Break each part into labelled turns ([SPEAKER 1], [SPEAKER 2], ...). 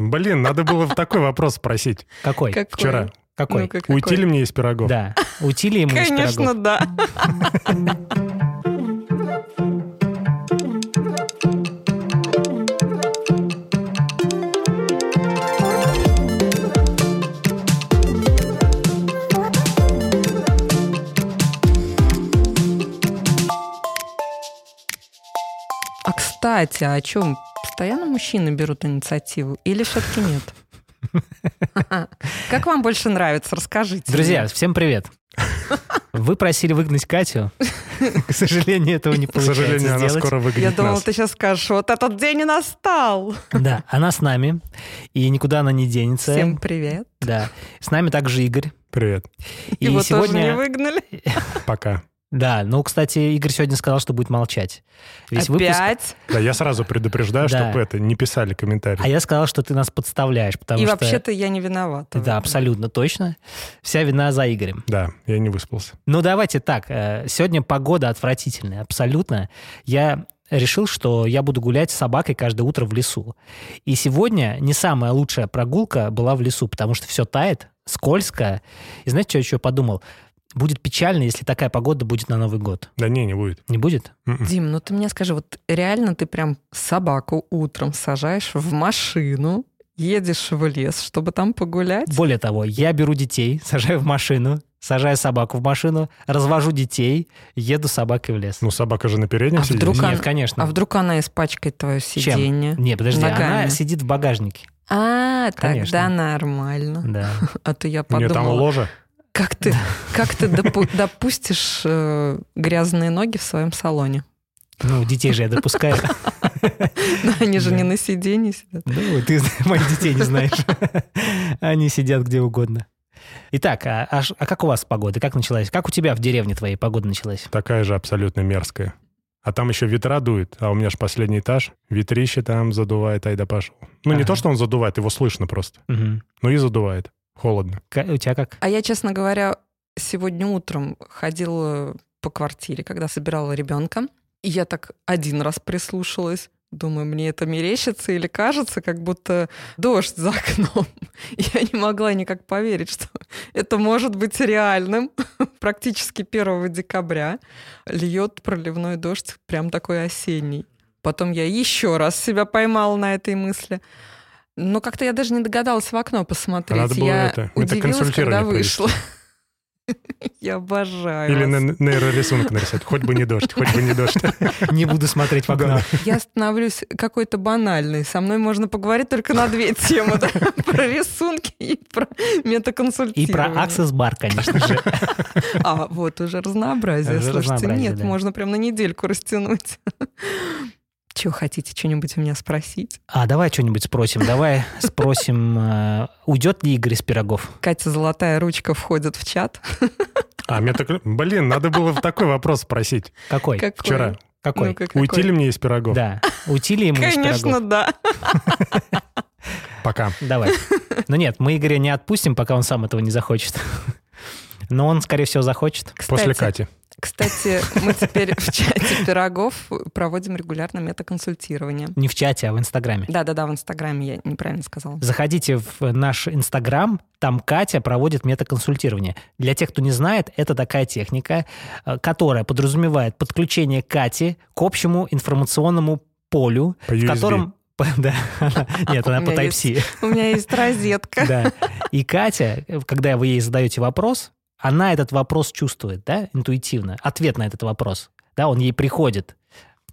[SPEAKER 1] Блин, надо было такой вопрос спросить
[SPEAKER 2] Какой?
[SPEAKER 3] Какой?
[SPEAKER 1] вчера.
[SPEAKER 2] Какой?
[SPEAKER 3] Ну-ка, какой?
[SPEAKER 1] Уйти ли мне из пирогов?
[SPEAKER 2] Да. Утили ему из
[SPEAKER 3] ну, Конечно,
[SPEAKER 2] пирогов.
[SPEAKER 3] да. А кстати, а что, постоянно мужчины берут инициативу или все-таки нет? Как вам больше нравится? Расскажите.
[SPEAKER 2] Друзья, всем привет. Вы просили выгнать Катю. К сожалению, этого не
[SPEAKER 1] К
[SPEAKER 2] получается
[SPEAKER 1] сожалению, она
[SPEAKER 2] сделать.
[SPEAKER 1] скоро
[SPEAKER 3] Я
[SPEAKER 1] выглядит
[SPEAKER 3] думала,
[SPEAKER 1] нас.
[SPEAKER 3] ты сейчас скажешь, вот этот день и настал.
[SPEAKER 2] Да, она с нами, и никуда она не денется.
[SPEAKER 3] Всем привет.
[SPEAKER 2] Да. С нами также Игорь.
[SPEAKER 1] Привет,
[SPEAKER 2] И
[SPEAKER 3] Его
[SPEAKER 2] сегодня...
[SPEAKER 3] тоже не выгнали.
[SPEAKER 1] пока.
[SPEAKER 2] Да, ну, кстати, Игорь сегодня сказал, что будет молчать. Весь выпуск.
[SPEAKER 3] Опять.
[SPEAKER 1] Да, я сразу предупреждаю,
[SPEAKER 2] Да.
[SPEAKER 1] чтобы это, не писали комментарии.
[SPEAKER 2] А я сказал, что ты нас подставляешь, потому
[SPEAKER 3] И
[SPEAKER 2] что...
[SPEAKER 3] вообще-то я не виновата. в
[SPEAKER 2] Да,
[SPEAKER 3] этом.
[SPEAKER 2] абсолютно точно. Вся вина за Игорем.
[SPEAKER 1] Да, я не выспался.
[SPEAKER 2] Ну, давайте так. э, Сегодня погода отвратительная, абсолютно. Я решил, что я буду гулять с собакой каждое утро в лесу. И сегодня не самая лучшая прогулка была в лесу, потому что все тает, скользко. И знаете, что я еще подумал? Будет печально, если такая погода будет на Новый год.
[SPEAKER 1] Да не, не будет.
[SPEAKER 2] Не будет?
[SPEAKER 1] М-м.
[SPEAKER 3] Дим, ну ты мне скажи, вот реально ты прям собаку утром сажаешь в машину, едешь в лес, чтобы там погулять?
[SPEAKER 2] Более того, я беру детей, сажаю в машину, сажаю собаку в машину, развожу детей, еду с собакой в лес.
[SPEAKER 1] Ну, собака же на переднем
[SPEAKER 3] А
[SPEAKER 1] сидит.
[SPEAKER 3] вдруг
[SPEAKER 2] Нет,
[SPEAKER 3] она-
[SPEAKER 2] конечно.
[SPEAKER 3] А вдруг она испачкает твое сиденье?
[SPEAKER 2] Не, подожди,
[SPEAKER 3] Ногами.
[SPEAKER 2] она сидит в багажнике.
[SPEAKER 3] А,
[SPEAKER 2] Конечно.
[SPEAKER 3] тогда нормально.
[SPEAKER 2] Да.
[SPEAKER 3] А то я
[SPEAKER 1] У нее там
[SPEAKER 3] подумала,
[SPEAKER 1] ложа.
[SPEAKER 3] как ты, как ты допу- допустишь э, грязные ноги в своем салоне?
[SPEAKER 2] Ну, детей же я допускаю.
[SPEAKER 3] Да, Они же
[SPEAKER 2] Да.
[SPEAKER 3] не на сиденье сидят.
[SPEAKER 2] Ну, ты моих детей не знаешь. Они сидят где угодно. Итак, а, а ш- а как у вас погода? Как началась? Как у тебя в деревне твоей погода началась?
[SPEAKER 1] Такая же абсолютно мерзкая. А там еще ветра дует, а у меня же последний этаж. Ветрище там задувает Айда пошел. Ну, не
[SPEAKER 2] Ага.
[SPEAKER 1] то, что он задувает, его слышно просто.
[SPEAKER 2] Мгм.
[SPEAKER 1] Ну и задувает. Холодно.
[SPEAKER 2] Ка- У тебя как?
[SPEAKER 3] А я, честно говоря, сегодня утром ходила по квартире, когда собирала ребенка. И я так один раз прислушалась. Думаю, мне это мерещится или кажется, как будто дождь за окном. Я не могла никак поверить, что это может быть реальным. Практически 1 декабря льет проливной дождь, прям такой осенний. Потом я еще раз себя поймала на этой мысли. Но как-то я даже не догадалась в окно посмотреть.
[SPEAKER 1] Надо было
[SPEAKER 3] я
[SPEAKER 1] это-
[SPEAKER 3] удивилась, когда
[SPEAKER 1] метаконсультирование
[SPEAKER 3] вышла. Я обожаю.
[SPEAKER 1] Или
[SPEAKER 3] вас.
[SPEAKER 1] на- нейрорисунок нарисовать. Хоть бы не дождь, хоть бы не дождь.
[SPEAKER 2] Не буду смотреть в окно.
[SPEAKER 3] Я становлюсь какой-то банальной. Со мной можно поговорить только на две темы. да? Про рисунки и про
[SPEAKER 2] И
[SPEAKER 3] метаконсультирование.
[SPEAKER 2] про Access Бар, конечно же.
[SPEAKER 3] А, вот уже разнообразие.
[SPEAKER 2] Уже
[SPEAKER 3] Слушайте,
[SPEAKER 2] разнообразие,
[SPEAKER 3] нет,
[SPEAKER 2] да.
[SPEAKER 3] можно прям на недельку растянуть. Чего хотите, что-нибудь у меня спросить?
[SPEAKER 2] А давай что-нибудь спросим. Давай спросим, э, уйдет ли Игорь из пирогов?
[SPEAKER 3] Катя Золотая Ручка входит в чат.
[SPEAKER 1] А, мне так... Блин, надо было такой вопрос спросить
[SPEAKER 2] Какой?
[SPEAKER 3] Какой?
[SPEAKER 1] вчера.
[SPEAKER 2] Какой?
[SPEAKER 3] Ну-ка, какой?
[SPEAKER 1] Уйти ли мне из пирогов?
[SPEAKER 2] Да. Утили ему из
[SPEAKER 3] ну, Конечно,
[SPEAKER 2] пирогов?
[SPEAKER 3] да.
[SPEAKER 1] Пока.
[SPEAKER 2] Давай. Но нет, мы Игоря не отпустим, пока он сам этого не захочет. Но он, скорее всего, захочет.
[SPEAKER 1] После
[SPEAKER 3] Кстати,
[SPEAKER 1] Кати.
[SPEAKER 3] Кстати, мы теперь в чате пирогов проводим регулярно метаконсультирование.
[SPEAKER 2] Не в чате, а в Инстаграме.
[SPEAKER 3] Да-да-да, в Инстаграме я неправильно сказала.
[SPEAKER 2] Заходите в наш Инстаграм, там Катя проводит метаконсультирование. Для тех, кто не знает, это такая техника, э, которая подразумевает подключение Кати к общему информационному полю,
[SPEAKER 1] По
[SPEAKER 2] в
[SPEAKER 1] USB.
[SPEAKER 2] котором... П- Да, она- нет,
[SPEAKER 3] А, У
[SPEAKER 2] она по
[SPEAKER 3] меня
[SPEAKER 2] Type-C.
[SPEAKER 3] У меня есть розетка.
[SPEAKER 2] Да. И Катя, э, когда вы ей задаете вопрос, она этот вопрос чувствует, да, интуитивно, ответ на этот вопрос. Да, он ей приходит.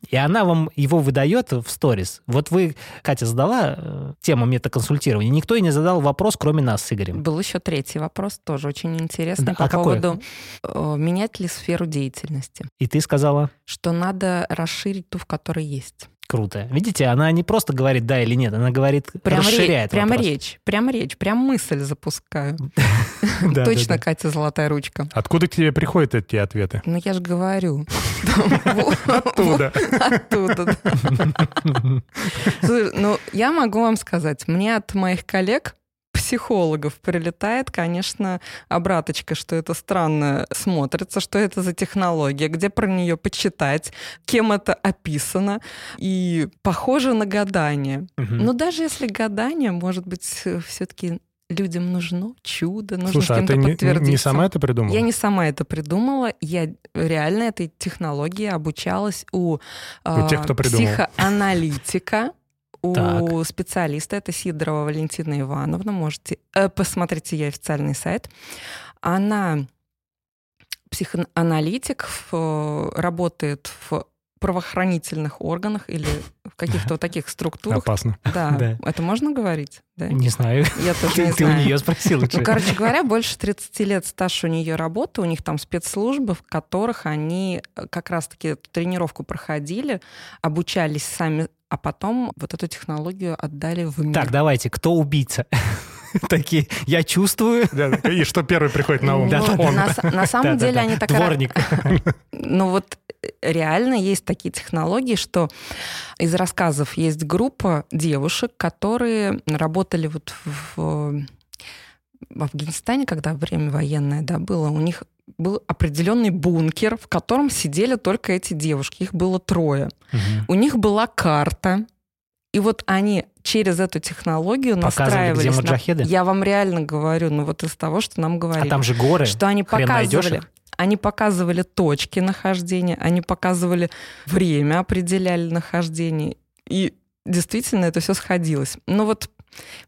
[SPEAKER 2] И она вам его выдает в сторис. Вот вы, Катя, задала э, тему метаконсультирования. Никто и не задал вопрос, кроме нас с Игорем.
[SPEAKER 3] Был еще третий вопрос, тоже очень интересный,
[SPEAKER 2] Да,
[SPEAKER 3] по
[SPEAKER 2] а какой?
[SPEAKER 3] поводу э, менять ли сферу деятельности.
[SPEAKER 2] И ты сказала,
[SPEAKER 3] Что надо расширить ту, в которой есть.
[SPEAKER 2] круто. Видите, она не просто говорит да или нет, она говорит,
[SPEAKER 3] ре-
[SPEAKER 2] расширяет
[SPEAKER 3] прям
[SPEAKER 2] вопрос.
[SPEAKER 3] речь, прям речь, прям мысль запускаю.
[SPEAKER 2] Да,
[SPEAKER 3] Точно,
[SPEAKER 2] да, да.
[SPEAKER 3] Катя, золотая ручка.
[SPEAKER 1] Откуда к тебе приходят эти ответы?
[SPEAKER 3] Ну, я же говорю. Оттуда. Оттуда, да. Слушай, ну, я могу вам сказать, мне от моих коллег по психологов прилетает, конечно, обраточка, что это странно смотрится, что это за технология, где про нее почитать, кем это описано, и похоже на гадание.
[SPEAKER 2] Мгм.
[SPEAKER 3] Но даже если гадание, может быть, все-таки людям нужно чудо, нужно с
[SPEAKER 1] Слушай, а
[SPEAKER 3] кем-то
[SPEAKER 1] ты не- не,
[SPEAKER 3] подтвердиться.
[SPEAKER 1] не сама это придумала?
[SPEAKER 3] Я не сама это придумала, я реально этой технологии обучалась у, а,
[SPEAKER 1] тех, кто придумал.
[SPEAKER 3] психоаналитика, у
[SPEAKER 2] Так.
[SPEAKER 3] специалиста, это Сидорова Валентина Ивановна, можете, э, посмотрите ее официальный сайт. Она психоаналитик, в, э, работает в правоохранительных органах или в каких-то вот таких структурах.
[SPEAKER 1] Опасно.
[SPEAKER 3] Да,
[SPEAKER 2] Да.
[SPEAKER 3] это можно говорить? Да.
[SPEAKER 2] Не знаю.
[SPEAKER 3] Я тоже не
[SPEAKER 2] Ты, ты у
[SPEAKER 3] знаю.
[SPEAKER 2] нее спросил лучше.
[SPEAKER 3] Ну, короче говоря, больше 30 лет стаж у нее работы, у них там спецслужбы, в которых они э, как раз-таки эту тренировку проходили, обучались сами, а потом вот эту технологию отдали в мир.
[SPEAKER 2] Так, давайте, кто убийца? Такие, я чувствую.
[SPEAKER 1] И что первый приходит на ум?
[SPEAKER 3] Вот,
[SPEAKER 1] Он.
[SPEAKER 3] на, с- на
[SPEAKER 2] Да-да-да.
[SPEAKER 3] самом деле они так...
[SPEAKER 2] Дворник.
[SPEAKER 3] Ну вот э, реально есть такие технологии, что из рассказов есть группа девушек, которые работали вот в, в Афганистане, когда время военное да, было, у них был определенный бункер, в котором сидели только эти девушки. Их было трое.
[SPEAKER 1] Мгм.
[SPEAKER 3] У них была карта, и вот они через эту технологию
[SPEAKER 2] Показывали, где
[SPEAKER 3] настраивались. на-
[SPEAKER 2] маджахеды.
[SPEAKER 3] Я вам реально говорю, ну вот из того, что нам
[SPEAKER 2] А
[SPEAKER 3] говорили.
[SPEAKER 2] там же горы.
[SPEAKER 3] Что они
[SPEAKER 2] Хрен найдешь
[SPEAKER 3] показывали?
[SPEAKER 2] их.
[SPEAKER 3] Они показывали точки нахождения, они показывали время, определяли нахождение. И действительно это все сходилось. Но вот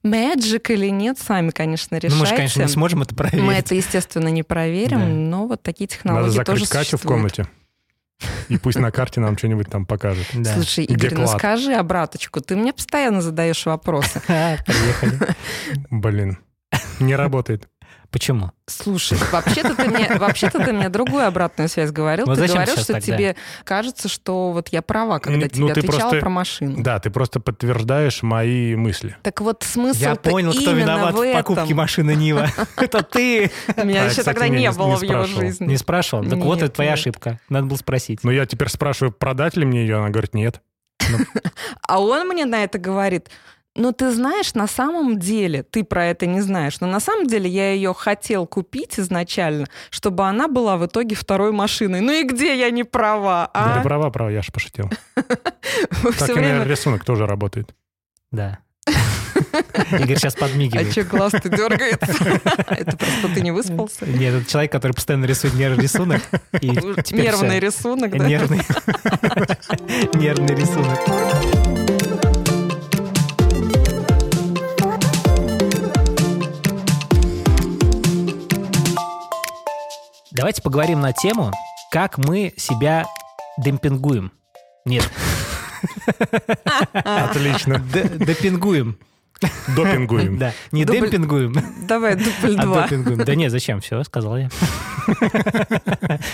[SPEAKER 3] Magic или нет, сами, конечно, решайте.
[SPEAKER 2] Ну, мы же, конечно, не сможем это проверить.
[SPEAKER 3] Мы это, естественно, не проверим,
[SPEAKER 2] Да.
[SPEAKER 3] но вот такие
[SPEAKER 1] Надо
[SPEAKER 3] технологии тоже
[SPEAKER 1] закрыть Катю в
[SPEAKER 3] существуют.
[SPEAKER 1] комнате. И пусть на карте нам что-нибудь там покажет.
[SPEAKER 2] Да.
[SPEAKER 3] Слушай,
[SPEAKER 1] Где
[SPEAKER 3] Игорь, ну
[SPEAKER 1] клад?
[SPEAKER 3] скажи обраточку, ты мне постоянно задаешь вопросы.
[SPEAKER 2] Ха, приехали.
[SPEAKER 1] Блин. Не работает.
[SPEAKER 2] Почему?
[SPEAKER 3] Слушай, вообще-то ты мне, вообще-то ты мне другую обратную связь говорил.
[SPEAKER 2] Ну,
[SPEAKER 3] ты
[SPEAKER 2] зачем
[SPEAKER 3] говорил,
[SPEAKER 2] сейчас
[SPEAKER 3] что
[SPEAKER 2] тогда?
[SPEAKER 3] тебе кажется, что вот я права, когда
[SPEAKER 1] Ну,
[SPEAKER 3] тебе
[SPEAKER 1] ты
[SPEAKER 3] отвечала
[SPEAKER 1] просто-
[SPEAKER 3] про машину.
[SPEAKER 1] Да, ты просто подтверждаешь мои мысли.
[SPEAKER 3] Так вот смысл
[SPEAKER 2] Я понял, кто виноват в, покупке машины Нива. Это ты!
[SPEAKER 3] Меня
[SPEAKER 1] А,
[SPEAKER 3] еще
[SPEAKER 1] кстати,
[SPEAKER 3] тогда
[SPEAKER 1] не-
[SPEAKER 3] не,
[SPEAKER 1] не
[SPEAKER 3] было в его
[SPEAKER 1] спрашивал.
[SPEAKER 3] жизни.
[SPEAKER 2] Не спрашивал? Так вот,
[SPEAKER 3] Нет,
[SPEAKER 2] это твоя
[SPEAKER 3] нет.
[SPEAKER 2] ошибка. Надо было спросить.
[SPEAKER 1] Но я теперь спрашиваю, продать ли мне ее? Она говорит, нет.
[SPEAKER 3] А он мне на это говорит, ну ты знаешь, на самом деле ты про это не знаешь, но на самом деле я ее хотел купить изначально, чтобы она была в итоге второй машиной. Ну и где я не права,
[SPEAKER 1] Да
[SPEAKER 3] а?
[SPEAKER 1] ты права, права, я же пошутил.
[SPEAKER 3] Вы
[SPEAKER 1] Так
[SPEAKER 3] все
[SPEAKER 1] и, наверное,
[SPEAKER 3] время...
[SPEAKER 1] рисунок тоже работает.
[SPEAKER 2] Да. Игорь сейчас
[SPEAKER 3] А
[SPEAKER 2] подмигивает.
[SPEAKER 3] че глаз-то дергается? Это просто ты не выспался.
[SPEAKER 2] Нет, это человек, который постоянно рисует нервный рисунок. И теперь всё.
[SPEAKER 3] Нервный рисунок, да?
[SPEAKER 2] Нервный. Нервный рисунок. Давайте поговорим на тему, как мы себя демпингуем. Нет,
[SPEAKER 1] Отлично.
[SPEAKER 2] д- допингуем.
[SPEAKER 1] Допингуем.
[SPEAKER 2] Да, не
[SPEAKER 3] Дубль-
[SPEAKER 2] демпингуем,
[SPEAKER 3] Давай, дубль
[SPEAKER 2] а
[SPEAKER 3] два.
[SPEAKER 2] допингуем. Да нет, зачем? Все, сказал я.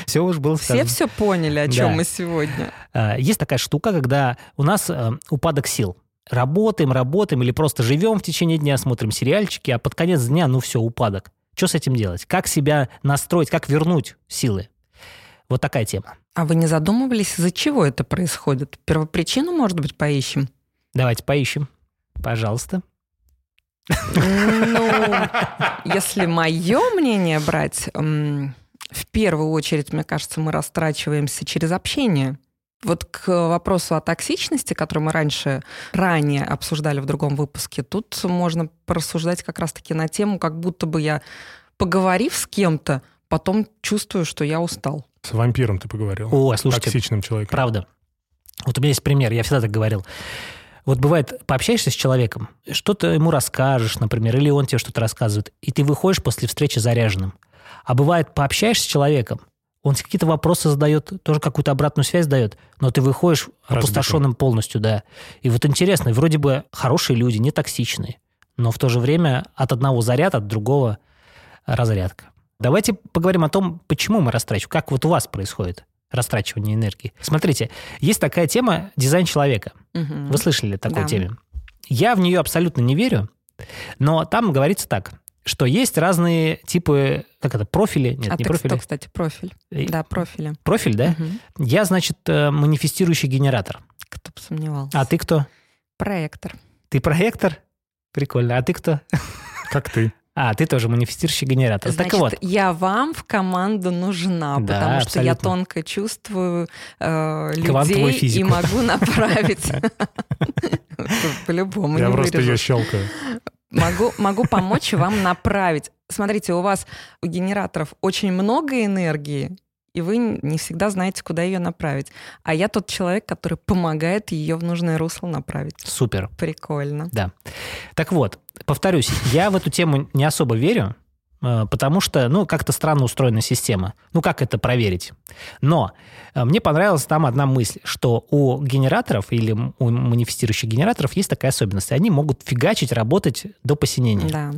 [SPEAKER 2] Все уже было
[SPEAKER 3] Все
[SPEAKER 2] сказано.
[SPEAKER 3] все поняли, о чем
[SPEAKER 2] Да.
[SPEAKER 3] мы сегодня.
[SPEAKER 2] Э, Есть такая штука, когда у нас э, упадок сил. Работаем, работаем или просто живем в течение дня, смотрим сериальчики, а под конец дня, ну все, упадок. Что с этим делать? Как себя настроить, как вернуть силы? Вот такая тема.
[SPEAKER 3] А вы не задумывались, из-за чего это происходит? Первопричину, может быть, поищем?
[SPEAKER 2] Давайте поищем. Пожалуйста.
[SPEAKER 3] Ну, если мое мнение брать, м, в первую очередь, мне кажется, мы растрачиваемся через общение. Вот к вопросу о токсичности, который мы раньше, ранее обсуждали в другом выпуске, тут можно порассуждать как раз-таки на тему, как будто бы я, поговорив с кем-то, потом чувствую, что я устал.
[SPEAKER 1] С вампиром ты поговорил.
[SPEAKER 2] О, слушайте,
[SPEAKER 1] Токсичным человеком.
[SPEAKER 2] Правда. Вот у меня есть пример, я всегда так говорил. Вот бывает, пообщаешься с человеком, что-то ему расскажешь, например, или он тебе что-то рассказывает, и ты выходишь после встречи заряженным. А бывает, пообщаешься с человеком, он тебе какие-то вопросы задает, тоже какую-то обратную связь дает, но ты выходишь опустошенным полностью, да. И вот интересно, вроде бы хорошие люди, не токсичные, но в то же время от одного заряд, от другого разрядка. Давайте поговорим о том, почему мы растрачиваем, как вот у вас происходит растрачивание энергии. Смотрите, есть такая тема дизайн человека.
[SPEAKER 3] Мгм.
[SPEAKER 2] Вы слышали о такой
[SPEAKER 3] Да.
[SPEAKER 2] теме? Я в нее абсолютно не верю, но там говорится так, что есть разные типы, как это, профили? Нет,
[SPEAKER 3] а
[SPEAKER 2] не
[SPEAKER 3] так
[SPEAKER 2] профили.
[SPEAKER 3] что, кстати, профиль.
[SPEAKER 2] Э,
[SPEAKER 3] Да, профили.
[SPEAKER 2] Профиль, да?
[SPEAKER 3] Мгм.
[SPEAKER 2] Я, значит, э, манифестирующий генератор.
[SPEAKER 3] Кто бы сомневался.
[SPEAKER 2] А ты кто?
[SPEAKER 3] Проектор.
[SPEAKER 2] Ты проектор? Прикольно. А ты кто?
[SPEAKER 1] Как ты.
[SPEAKER 2] А, ты тоже манифестирующий генератор.
[SPEAKER 3] Значит,
[SPEAKER 2] так вот,
[SPEAKER 3] я вам в команду нужна,
[SPEAKER 2] Да,
[SPEAKER 3] потому что я
[SPEAKER 2] абсолютно.
[SPEAKER 3] тонко чувствую э,
[SPEAKER 2] Квантовую
[SPEAKER 3] людей и
[SPEAKER 2] физику.
[SPEAKER 3] могу направить. По-любому не
[SPEAKER 1] Я просто ее
[SPEAKER 3] вырежу.
[SPEAKER 1] щелкаю.
[SPEAKER 3] Могу, могу помочь вам направить. Смотрите, у вас у генераторов очень много энергии, и вы не всегда знаете, куда ее направить. А я тот человек, который помогает ее в нужное русло направить.
[SPEAKER 2] супер.
[SPEAKER 3] Прикольно.
[SPEAKER 2] Так вот, повторюсь, я в эту тему не особо верю, э, потому что, ну, как-то странно устроена система. Ну, как это проверить? Но э, мне понравилась там одна мысль, что у генераторов или м- у манифестирующих генераторов есть такая особенность. Они могут фигачить, работать до посинения.
[SPEAKER 3] Да.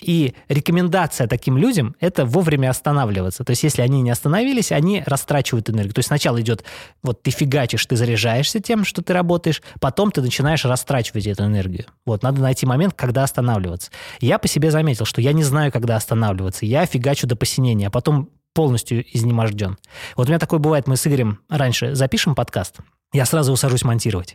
[SPEAKER 2] И рекомендация таким людям – это вовремя останавливаться. То есть, если они не остановились, они растрачивают энергию. То есть, сначала идет, вот ты фигачишь, ты заряжаешься тем, что ты работаешь, потом ты начинаешь растрачивать эту энергию. Вот, надо найти момент, когда останавливаться. Я по себе заметил, что я не знаю, когда останавливаться. Я фигачу до посинения, а потом полностью изнеможден. Вот у меня такое бывает, мы с Игорем раньше запишем подкаст, я сразу усажусь монтировать.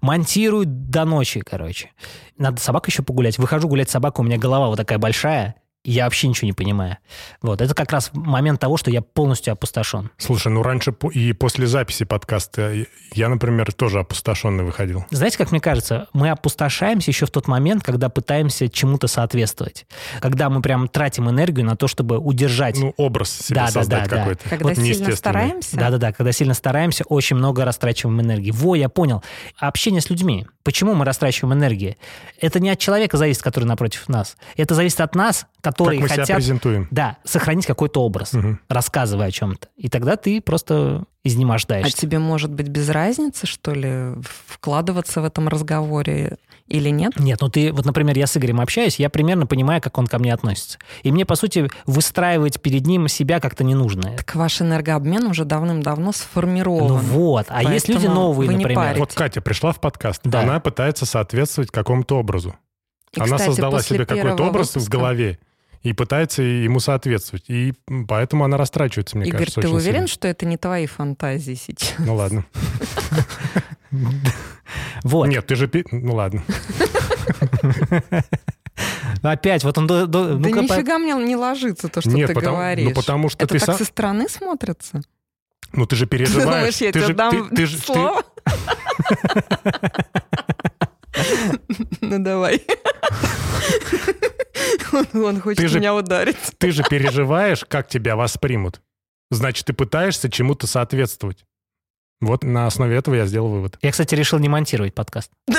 [SPEAKER 2] Монтирую до ночи, короче. Надо собаку еще погулять. Выхожу гулять собаку, у меня голова вот такая большая, и я вообще ничего не понимаю. Вот, это как раз момент того, что я полностью опустошен.
[SPEAKER 1] Слушай, ну раньше по- и после записи подкаста э, я, например, тоже опустошенный выходил.
[SPEAKER 2] Знаете, как мне кажется, мы опустошаемся еще в тот момент, когда пытаемся чему-то соответствовать. Когда мы прям тратим энергию на то, чтобы удержать.
[SPEAKER 1] Ну, образ себе
[SPEAKER 2] Да, да,
[SPEAKER 1] создать
[SPEAKER 2] да, да.
[SPEAKER 1] какой-то.
[SPEAKER 3] Когда
[SPEAKER 1] Вот
[SPEAKER 3] сильно
[SPEAKER 1] неестественный.
[SPEAKER 3] стараемся,
[SPEAKER 2] Да-да-да, когда сильно стараемся, очень много растрачиваем энергии. Во, я понял. Общение с людьми. Почему мы растрачиваем энергии? Это не от человека зависит, который напротив нас. Это зависит от нас,
[SPEAKER 1] Как
[SPEAKER 2] которые
[SPEAKER 1] мы себя
[SPEAKER 2] хотят
[SPEAKER 1] презентуем.
[SPEAKER 2] да, сохранить какой-то образ,
[SPEAKER 1] Мгм.
[SPEAKER 2] рассказывая о чем-то. И тогда ты просто
[SPEAKER 3] а
[SPEAKER 2] изнемождаешься.
[SPEAKER 3] тебе может быть без разницы, что ли, вкладываться в этом разговоре или нет?
[SPEAKER 2] Нет, ну ты, вот, например, я с Игорем общаюсь, я примерно понимаю, как он ко мне относится. И мне, по сути, выстраивать перед ним себя как-то не нужно.
[SPEAKER 3] Так ваш энергообмен уже давным-давно
[SPEAKER 2] Ну
[SPEAKER 3] сформирован.
[SPEAKER 2] вот, а есть люди
[SPEAKER 3] Поэтому
[SPEAKER 2] новые,
[SPEAKER 3] вы не
[SPEAKER 2] например.
[SPEAKER 3] паритесь.
[SPEAKER 1] Вот Катя пришла в подкаст.
[SPEAKER 2] Да.
[SPEAKER 1] Она пытается соответствовать какому-то образу.
[SPEAKER 3] И,
[SPEAKER 1] Она
[SPEAKER 3] кстати,
[SPEAKER 1] создала
[SPEAKER 3] после
[SPEAKER 1] себе какой-то
[SPEAKER 3] первого
[SPEAKER 1] образ в
[SPEAKER 3] выпуска-
[SPEAKER 1] голове и пытается ему соответствовать. И м, поэтому она растрачивается, мне
[SPEAKER 3] Игорь,
[SPEAKER 1] кажется,
[SPEAKER 3] ты
[SPEAKER 1] очень
[SPEAKER 3] уверен,
[SPEAKER 1] сильно.
[SPEAKER 3] что это не твои фантазии сейчас?
[SPEAKER 1] Ну ладно.
[SPEAKER 2] Вот.
[SPEAKER 1] Нет, ты же... пи- Ну ладно.
[SPEAKER 2] Ну, Опять, вот он... до- до-
[SPEAKER 3] да
[SPEAKER 2] ну-ка, по-
[SPEAKER 3] нифига мне не ложится то, что
[SPEAKER 1] ну, Нет,
[SPEAKER 3] ты
[SPEAKER 1] потому,
[SPEAKER 3] говоришь.
[SPEAKER 1] ну, потому что
[SPEAKER 3] это
[SPEAKER 1] ты
[SPEAKER 3] так
[SPEAKER 1] сам...
[SPEAKER 3] со стороны смотрится?
[SPEAKER 1] Ну ты же переживаешь.
[SPEAKER 3] Ты думаешь, я
[SPEAKER 1] ты
[SPEAKER 3] тебе
[SPEAKER 1] же,
[SPEAKER 3] дам
[SPEAKER 1] ты- ты же- ты-
[SPEAKER 3] слово? Ну давай. Он- Он
[SPEAKER 1] Ты
[SPEAKER 3] хочет
[SPEAKER 1] же-
[SPEAKER 3] меня ударить.
[SPEAKER 1] ты же переживаешь, как тебя воспримут. Значит, ты пытаешься чему-то соответствовать. Вот на основе этого я сделал вывод.
[SPEAKER 2] Я, кстати, решил не монтировать подкаст.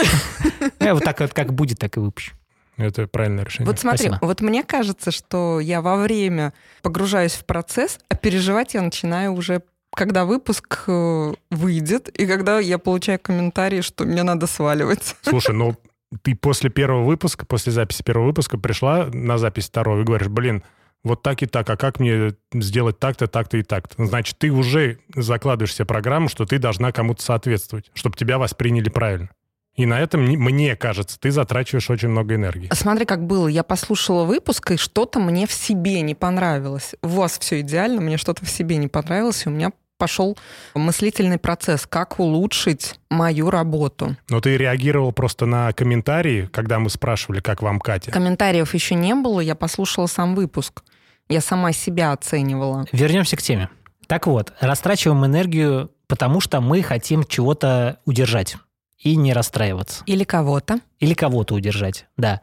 [SPEAKER 2] Я вот так вот как будет, так и выпущу.
[SPEAKER 1] Это правильное решение.
[SPEAKER 3] Вот смотри,
[SPEAKER 2] спасибо.
[SPEAKER 3] вот мне кажется, что я во время погружаюсь в процесс, а переживать я начинаю уже когда выпуск э, выйдет, и когда я получаю комментарии, что мне надо сваливать.
[SPEAKER 1] Слушай, ну ты после первого выпуска, после записи первого выпуска пришла на запись второго и говоришь, блин, вот так и так, а как мне сделать так-то, так-то и так-то? Значит, ты уже закладываешь себе программу, что ты должна кому-то соответствовать, чтобы тебя восприняли правильно. И на этом, не- мне кажется, ты затрачиваешь очень много энергии.
[SPEAKER 3] А Смотри, как было. Я послушала выпуск, и что-то мне в себе не понравилось. У вас все идеально, мне что-то в себе не понравилось, и у меня пошел мыслительный процесс, как улучшить мою работу.
[SPEAKER 1] Но ты реагировал просто на комментарии, когда мы спрашивали, как вам Катя.
[SPEAKER 3] Комментариев еще не было, я послушала сам выпуск. Я сама себя оценивала.
[SPEAKER 2] Вернемся к теме. Так вот, растрачиваем энергию, потому что мы хотим чего-то удержать и не расстраиваться.
[SPEAKER 3] Или кого-то.
[SPEAKER 2] Или кого-то удержать, да.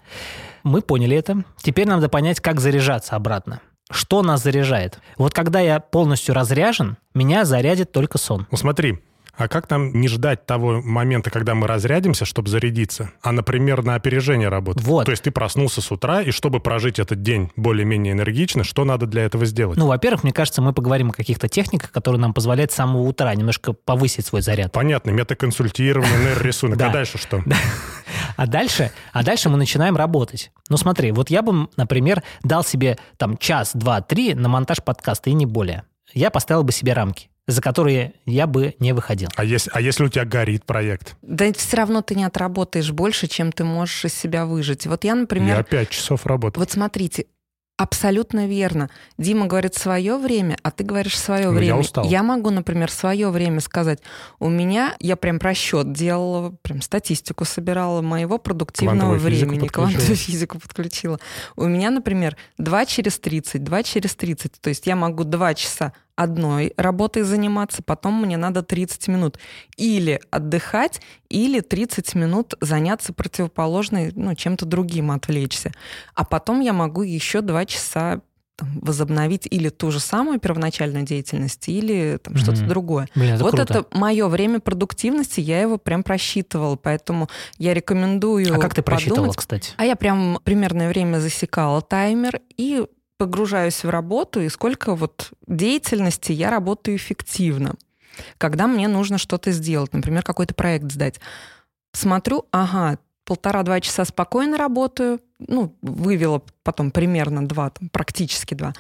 [SPEAKER 2] Мы поняли это. Теперь надо понять, как заряжаться обратно. Что нас заряжает? Вот когда я полностью разряжен, меня зарядит только сон.
[SPEAKER 1] Ну смотри, а как нам не ждать того момента, когда мы разрядимся, чтобы зарядиться, а, например, на опережение работать?
[SPEAKER 2] Вот.
[SPEAKER 1] То есть ты проснулся с утра, и чтобы прожить этот день более-менее энергично, что надо для этого сделать?
[SPEAKER 2] Ну, во-первых, мне кажется, мы поговорим о каких-то техниках, которые нам позволяют с самого утра немножко повысить свой заряд.
[SPEAKER 1] Понятно, метаконсультирование, нейрорисунок.
[SPEAKER 2] Да.
[SPEAKER 1] А дальше что?
[SPEAKER 2] А дальше, а дальше мы начинаем работать. Ну, смотри, вот я бы, например, дал себе там час, два, три на монтаж подкаста и не более. Я поставил бы себе рамки, за которые я бы не выходил.
[SPEAKER 1] А если, а если у тебя горит проект?
[SPEAKER 3] Да все равно ты не отработаешь больше, чем ты можешь из себя выжить. Вот я, например,
[SPEAKER 1] Я пять часов работал.
[SPEAKER 3] Вот смотрите, Абсолютно верно. Дима говорит свое время, а ты говоришь свое
[SPEAKER 1] Ну, я
[SPEAKER 3] время.
[SPEAKER 1] устал.
[SPEAKER 3] могу, например, свое время сказать. У меня, я прям просчет делала, прям статистику собирала моего продуктивного
[SPEAKER 1] Квантовую физику
[SPEAKER 3] времени,
[SPEAKER 1] подключила.
[SPEAKER 3] квантовую физику подключила. У меня, например, 2 через 30, 2 через 30. То есть я могу 2 часа одной работой заниматься, потом мне надо 30 минут или отдыхать, или 30 минут заняться противоположной, ну, чем-то другим отвлечься. А потом я могу еще 2 часа там, возобновить или ту же самую первоначальную деятельность, или там, что-то
[SPEAKER 2] Мгм.
[SPEAKER 3] другое.
[SPEAKER 2] Блин, это
[SPEAKER 3] вот
[SPEAKER 2] круто.
[SPEAKER 3] это мое время продуктивности, я его прям просчитывала, поэтому я рекомендую
[SPEAKER 2] А как ты просчитывала,
[SPEAKER 3] подумать.
[SPEAKER 2] кстати?
[SPEAKER 3] А я прям примерное время засекала таймер и погружаюсь в работу, и сколько вот деятельности я работаю эффективно, когда мне нужно что-то сделать, например, какой-то проект сдать. Смотрю, ага, полтора-два часа спокойно работаю, ну, вывела потом примерно два, там, практически два.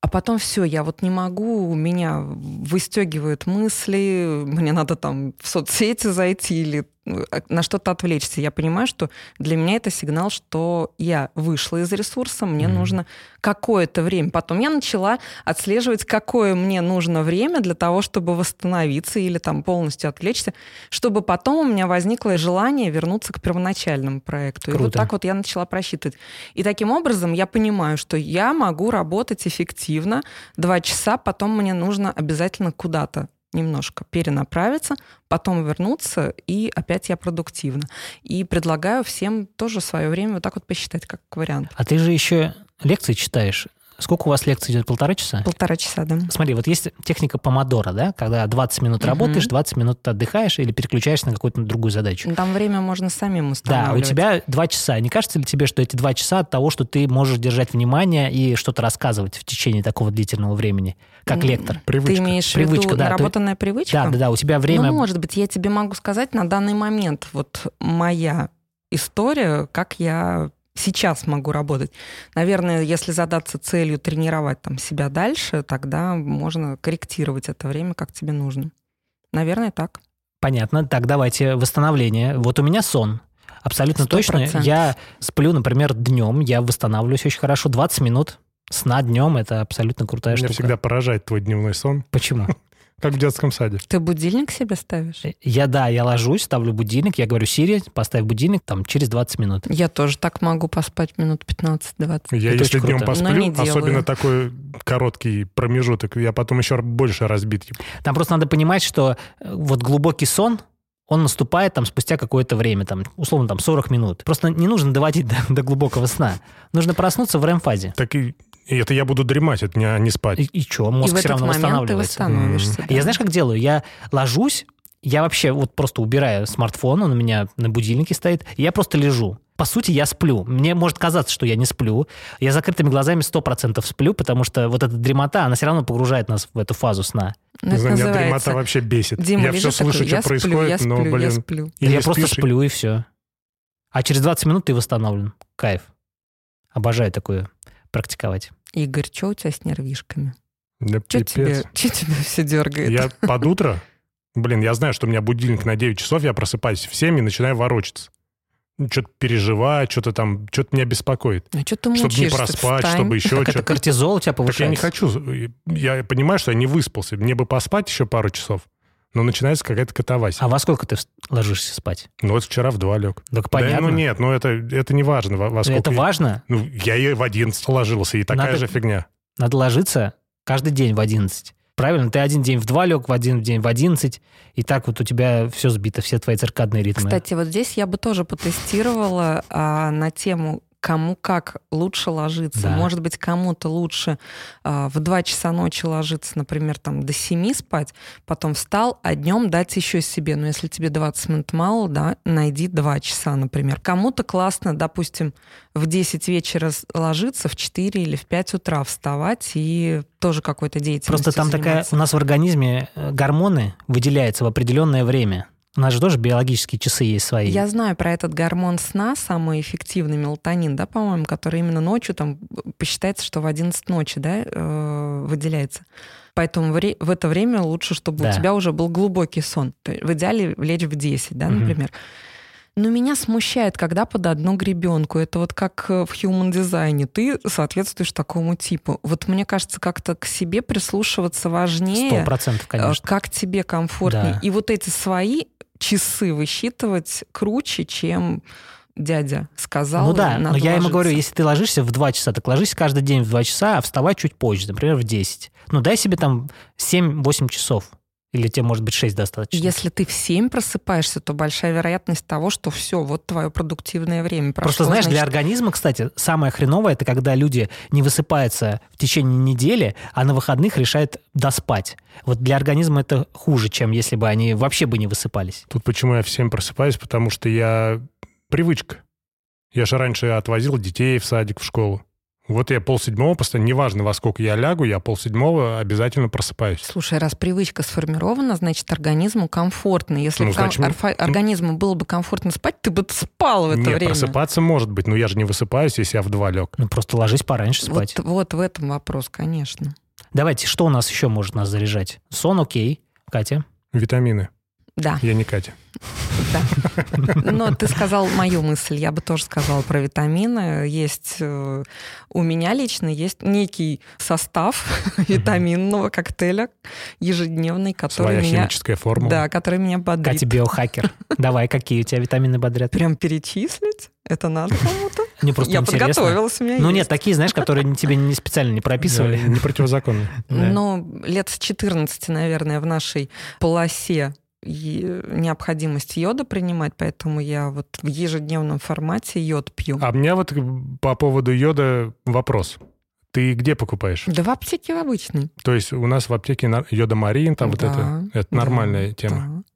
[SPEAKER 3] А потом все, я вот не могу, у меня выстегивают мысли, мне надо там в соцсети зайти или ну, на что-то отвлечься. Я понимаю, что для меня это сигнал, что я вышла из ресурса, мне
[SPEAKER 2] Мгм.
[SPEAKER 3] нужно какое-то время. Потом я начала отслеживать, какое мне нужно время для того, чтобы восстановиться или там полностью отвлечься, чтобы потом у меня возникло желание вернуться к первоначальному проекту. И вот
[SPEAKER 2] Круто.
[SPEAKER 3] так вот я начала просчитывать. И таким образом я понимаю, что я могу работать эффективно два часа, потом мне нужно обязательно куда-то немножко перенаправиться, потом вернуться, и опять я продуктивна. И предлагаю всем тоже свое время вот так вот посчитать, как вариант.
[SPEAKER 2] А ты же еще лекции читаешь. Сколько у вас лекций идет? Полтора часа?
[SPEAKER 3] Полтора часа, да?
[SPEAKER 2] Смотри, вот есть техника помодора, да, когда 20 минут
[SPEAKER 3] Мгм.
[SPEAKER 2] работаешь, 20 минут отдыхаешь или переключаешься на какую-то другую задачу.
[SPEAKER 3] Ну, Там время можно самим
[SPEAKER 2] Да, у
[SPEAKER 3] устанавливать.
[SPEAKER 2] тебя два часа. Не кажется ли тебе, что эти два часа от того, что ты можешь держать внимание и что-то рассказывать в течение такого длительного времени, как
[SPEAKER 3] М,
[SPEAKER 2] лектор?
[SPEAKER 1] Привычка.
[SPEAKER 3] Ты имеешь в
[SPEAKER 2] Привычка,
[SPEAKER 3] виду
[SPEAKER 2] да, то-
[SPEAKER 3] наработанная привычка?
[SPEAKER 2] Да, да, да, у тебя время...
[SPEAKER 3] Ну, может быть, я тебе могу сказать на данный момент вот моя история, как я сейчас могу работать. Наверное, если задаться целью тренировать там себя дальше, тогда можно корректировать это время, как тебе нужно. Наверное, так.
[SPEAKER 2] Понятно. Так, давайте восстановление. Вот у меня сон. Абсолютно
[SPEAKER 3] Сто
[SPEAKER 2] точно.
[SPEAKER 3] процентов.
[SPEAKER 2] Я сплю, например, днем, я восстанавливаюсь очень хорошо. 20 минут сна днем это абсолютно крутая
[SPEAKER 1] Меня
[SPEAKER 2] штука.
[SPEAKER 1] всегда поражает твой дневной сон,
[SPEAKER 2] Почему?
[SPEAKER 1] как в детском саде.
[SPEAKER 3] Ты будильник себе ставишь?
[SPEAKER 2] Я, да, я ложусь, ставлю будильник, я говорю, Сири, поставь будильник там через 20 минут.
[SPEAKER 3] Я тоже так могу поспать минут 15-20.
[SPEAKER 1] Я
[SPEAKER 2] Это
[SPEAKER 1] если
[SPEAKER 2] очень
[SPEAKER 1] днем
[SPEAKER 2] круто.
[SPEAKER 3] Но не
[SPEAKER 1] посплю,
[SPEAKER 3] делаю.
[SPEAKER 1] особенно такой короткий промежуток, я потом еще больше разбит.
[SPEAKER 2] Там просто надо понимать, что э, вот глубокий сон, он наступает там спустя какое-то время, там, условно, там 40 минут. Просто не нужно доводить до, до глубокого сна. Нужно проснуться в РЭМ-фазе.
[SPEAKER 1] Так и, и это я буду дремать, это не, не спать.
[SPEAKER 2] И, что, мозг
[SPEAKER 3] И в
[SPEAKER 2] все
[SPEAKER 3] этот
[SPEAKER 2] равно
[SPEAKER 3] момент ты
[SPEAKER 2] восстанавливается.
[SPEAKER 3] восстановишься. да.
[SPEAKER 2] Я знаешь, как делаю? Я ложусь, я вообще вот просто убираю смартфон, он у меня на будильнике стоит, и я просто лежу. По сути, я сплю. Мне может казаться, что я не сплю. Я с закрытыми глазами 100% сплю, потому что вот эта дремота, она все равно погружает нас в эту фазу сна.
[SPEAKER 3] Ну, это
[SPEAKER 1] Меня дремота
[SPEAKER 3] называется.
[SPEAKER 1] вообще бесит.
[SPEAKER 3] Дима
[SPEAKER 1] я все
[SPEAKER 3] лежит
[SPEAKER 1] слышу,
[SPEAKER 3] такой,
[SPEAKER 1] что
[SPEAKER 3] я сплю, я
[SPEAKER 1] происходит,
[SPEAKER 3] сплю,
[SPEAKER 1] но, блин,
[SPEAKER 3] я сплю.
[SPEAKER 1] или
[SPEAKER 2] я просто
[SPEAKER 1] спишь, и-
[SPEAKER 2] сплю, и все. А через 20 минут ты восстановлен. Кайф. Обожаю такое практиковать.
[SPEAKER 3] Игорь, что у тебя с нервишками?
[SPEAKER 1] Да
[SPEAKER 3] Что
[SPEAKER 1] пипец.
[SPEAKER 3] тебе, чё тебя все дергает?
[SPEAKER 1] Я под утро, блин, я знаю, что у меня будильник на 9 часов, я просыпаюсь в 7 и начинаю ворочаться. Что-то переживать, что-то там, что-то меня беспокоит.
[SPEAKER 3] А что ты
[SPEAKER 1] Чтобы не
[SPEAKER 3] мучаешься?
[SPEAKER 1] проспать,
[SPEAKER 3] Встань.
[SPEAKER 1] чтобы еще
[SPEAKER 2] Как это
[SPEAKER 1] что-то.
[SPEAKER 2] кортизол у тебя
[SPEAKER 1] Так я не
[SPEAKER 2] повышается?
[SPEAKER 1] хочу. Я понимаю, что я не выспался. Мне бы поспать еще пару часов, но начинается какая-то катавасия.
[SPEAKER 2] А во сколько ты вс- ложишься спать?
[SPEAKER 1] Ну вот вчера в 2 лег.
[SPEAKER 2] Так
[SPEAKER 1] Да,
[SPEAKER 2] понятно.
[SPEAKER 1] ну нет, ну это, это не важно, во, во сколько
[SPEAKER 2] это
[SPEAKER 1] я-
[SPEAKER 2] важно.
[SPEAKER 1] Ну, я и в 11 ложился, и такая
[SPEAKER 2] Надо-
[SPEAKER 1] же фигня.
[SPEAKER 2] Надо ложиться каждый день в 11. Правильно? Ты один день в 2 лег, в один день в 11, и так вот у тебя все сбито, все твои циркадные ритмы.
[SPEAKER 3] Кстати, вот здесь я бы тоже потестировала а, на тему кому как лучше ложиться.
[SPEAKER 2] Да.
[SPEAKER 3] Может быть, кому-то лучше а, в 2 часа ночи ложиться, например, там до 7 спать, потом встал, а днем дать еще себе. Но если тебе 20 минут мало, да, найди 2 часа, например. Кому-то классно, допустим, в 10 вечера с- ложиться, в 4 или в 5 утра вставать и тоже какой-то деятельностью
[SPEAKER 2] Просто там такая...
[SPEAKER 3] заниматься.
[SPEAKER 2] У нас в организме э, гормоны выделяются в определенное время. У нас же тоже биологические часы есть свои.
[SPEAKER 3] Я знаю про этот гормон сна, самый эффективный мелатонин, да, по-моему, который именно ночью, там, э, посчитается, что в 11 ночи, да, э, выделяется. Поэтому вре- в это время лучше, чтобы
[SPEAKER 2] Да.
[SPEAKER 3] у тебя уже был глубокий сон. То есть В идеале лечь в 10, да,
[SPEAKER 2] Мгм.
[SPEAKER 3] например. Но меня смущает, когда под одну гребенку. Это вот как э, в human дизайне. Ты соответствуешь такому типу. Вот мне кажется, как-то к себе прислушиваться важнее.
[SPEAKER 2] Сто
[SPEAKER 3] э,
[SPEAKER 2] процентов, конечно.
[SPEAKER 3] Как тебе комфортнее.
[SPEAKER 2] Да.
[SPEAKER 3] И вот эти свои часы высчитывать круче, чем дядя сказал.
[SPEAKER 2] ну да, но
[SPEAKER 3] э, надо
[SPEAKER 2] я ему
[SPEAKER 3] ложиться.
[SPEAKER 2] говорю, если ты ложишься в 2 часа, так ложись каждый день в 2 часа, а вставай чуть позже, например, в 10. Ну дай себе там 7-8 часов. Или тебе, может быть, 6 достаточно.
[SPEAKER 3] Если ты в 7 просыпаешься, то большая вероятность того, что все, вот твое продуктивное время прошло.
[SPEAKER 2] Просто, знаешь, для
[SPEAKER 3] А значит,
[SPEAKER 2] организма, кстати, самое хреновое, это когда люди не высыпаются в течение недели, а на выходных решают доспать. Вот для организма это хуже, чем если бы они вообще бы не высыпались.
[SPEAKER 1] Тут почему я в 7 просыпаюсь, потому что я привычка. Я же раньше отвозил детей в садик, в школу. Вот я полседьмого постоянно, неважно, во сколько я лягу, я полседьмого обязательно просыпаюсь.
[SPEAKER 3] Слушай, раз привычка сформирована, значит, организму комфортно. Если
[SPEAKER 1] Ну,
[SPEAKER 3] бы ком-
[SPEAKER 1] значит, мы-
[SPEAKER 3] орфа- организму было бы комфортно спать, ты бы спал в это
[SPEAKER 1] Нет,
[SPEAKER 3] время.
[SPEAKER 1] просыпаться может быть, но я же не высыпаюсь, если я в два лег.
[SPEAKER 2] Ну, просто ложись пораньше спать.
[SPEAKER 3] Вот, вот в этом вопрос, конечно.
[SPEAKER 2] Давайте, что у нас еще может нас заряжать? Сон окей, Катя.
[SPEAKER 1] Витамины.
[SPEAKER 3] Да,
[SPEAKER 1] Я не Катя.
[SPEAKER 3] да. Но ты сказал мою мысль. Я бы тоже сказала про витамины. Есть э, у меня лично есть некий состав витаминного коктейля ежедневный, который
[SPEAKER 1] Своя
[SPEAKER 3] меня
[SPEAKER 1] химическая формула.
[SPEAKER 3] Да, который меня бодрит.
[SPEAKER 2] Катя биохакер. Давай, какие у тебя витамины бодрят?
[SPEAKER 3] Прям перечислить? Это надо кому-то?
[SPEAKER 2] Мне просто
[SPEAKER 3] Я
[SPEAKER 2] интересно.
[SPEAKER 3] подготовилась, у меня
[SPEAKER 2] Ну
[SPEAKER 3] есть.
[SPEAKER 2] нет, такие, знаешь, которые не- тебе не специально не прописывали.
[SPEAKER 1] Да, Не противозаконно.
[SPEAKER 2] Да.
[SPEAKER 3] Но лет с 14, наверное, в нашей полосе е- необходимость йода принимать, поэтому я вот в ежедневном формате йод пью.
[SPEAKER 1] А у меня вот по поводу йода вопрос. Ты где покупаешь?
[SPEAKER 3] Да в аптеке в обычной.
[SPEAKER 1] То есть у нас в аптеке на- йода Марин, там вот
[SPEAKER 3] Да,
[SPEAKER 1] это, это
[SPEAKER 3] да,
[SPEAKER 1] нормальная тема.
[SPEAKER 3] да.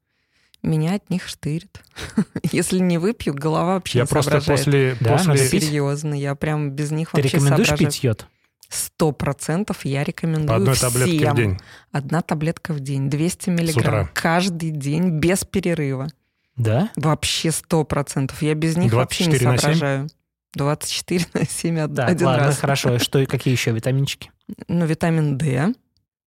[SPEAKER 3] Меня от них штырит. Если не выпью, голова вообще
[SPEAKER 1] Я
[SPEAKER 3] не
[SPEAKER 1] просто
[SPEAKER 3] соображает.
[SPEAKER 1] после,
[SPEAKER 2] Да, надо
[SPEAKER 1] после
[SPEAKER 2] пить.
[SPEAKER 3] Серьезно, я прям без них
[SPEAKER 2] Ты
[SPEAKER 3] вообще
[SPEAKER 2] рекомендуешь
[SPEAKER 3] соображаю.
[SPEAKER 2] пить йод?
[SPEAKER 3] Сто процентов я рекомендую
[SPEAKER 1] по одной
[SPEAKER 3] всем.
[SPEAKER 1] таблетке в день.
[SPEAKER 3] Одна таблетка в день, 200 миллиграмм
[SPEAKER 1] утра.
[SPEAKER 3] каждый день без перерыва.
[SPEAKER 2] Да?
[SPEAKER 3] Вообще 100%. Я без них вообще не
[SPEAKER 1] 24 на 7?
[SPEAKER 3] соображаю. 24 на 7 од-
[SPEAKER 2] Да,
[SPEAKER 3] один
[SPEAKER 2] ладно,
[SPEAKER 3] раз.
[SPEAKER 2] хорошо. И Что, и какие еще витаминчики?
[SPEAKER 3] Ну, витамин D.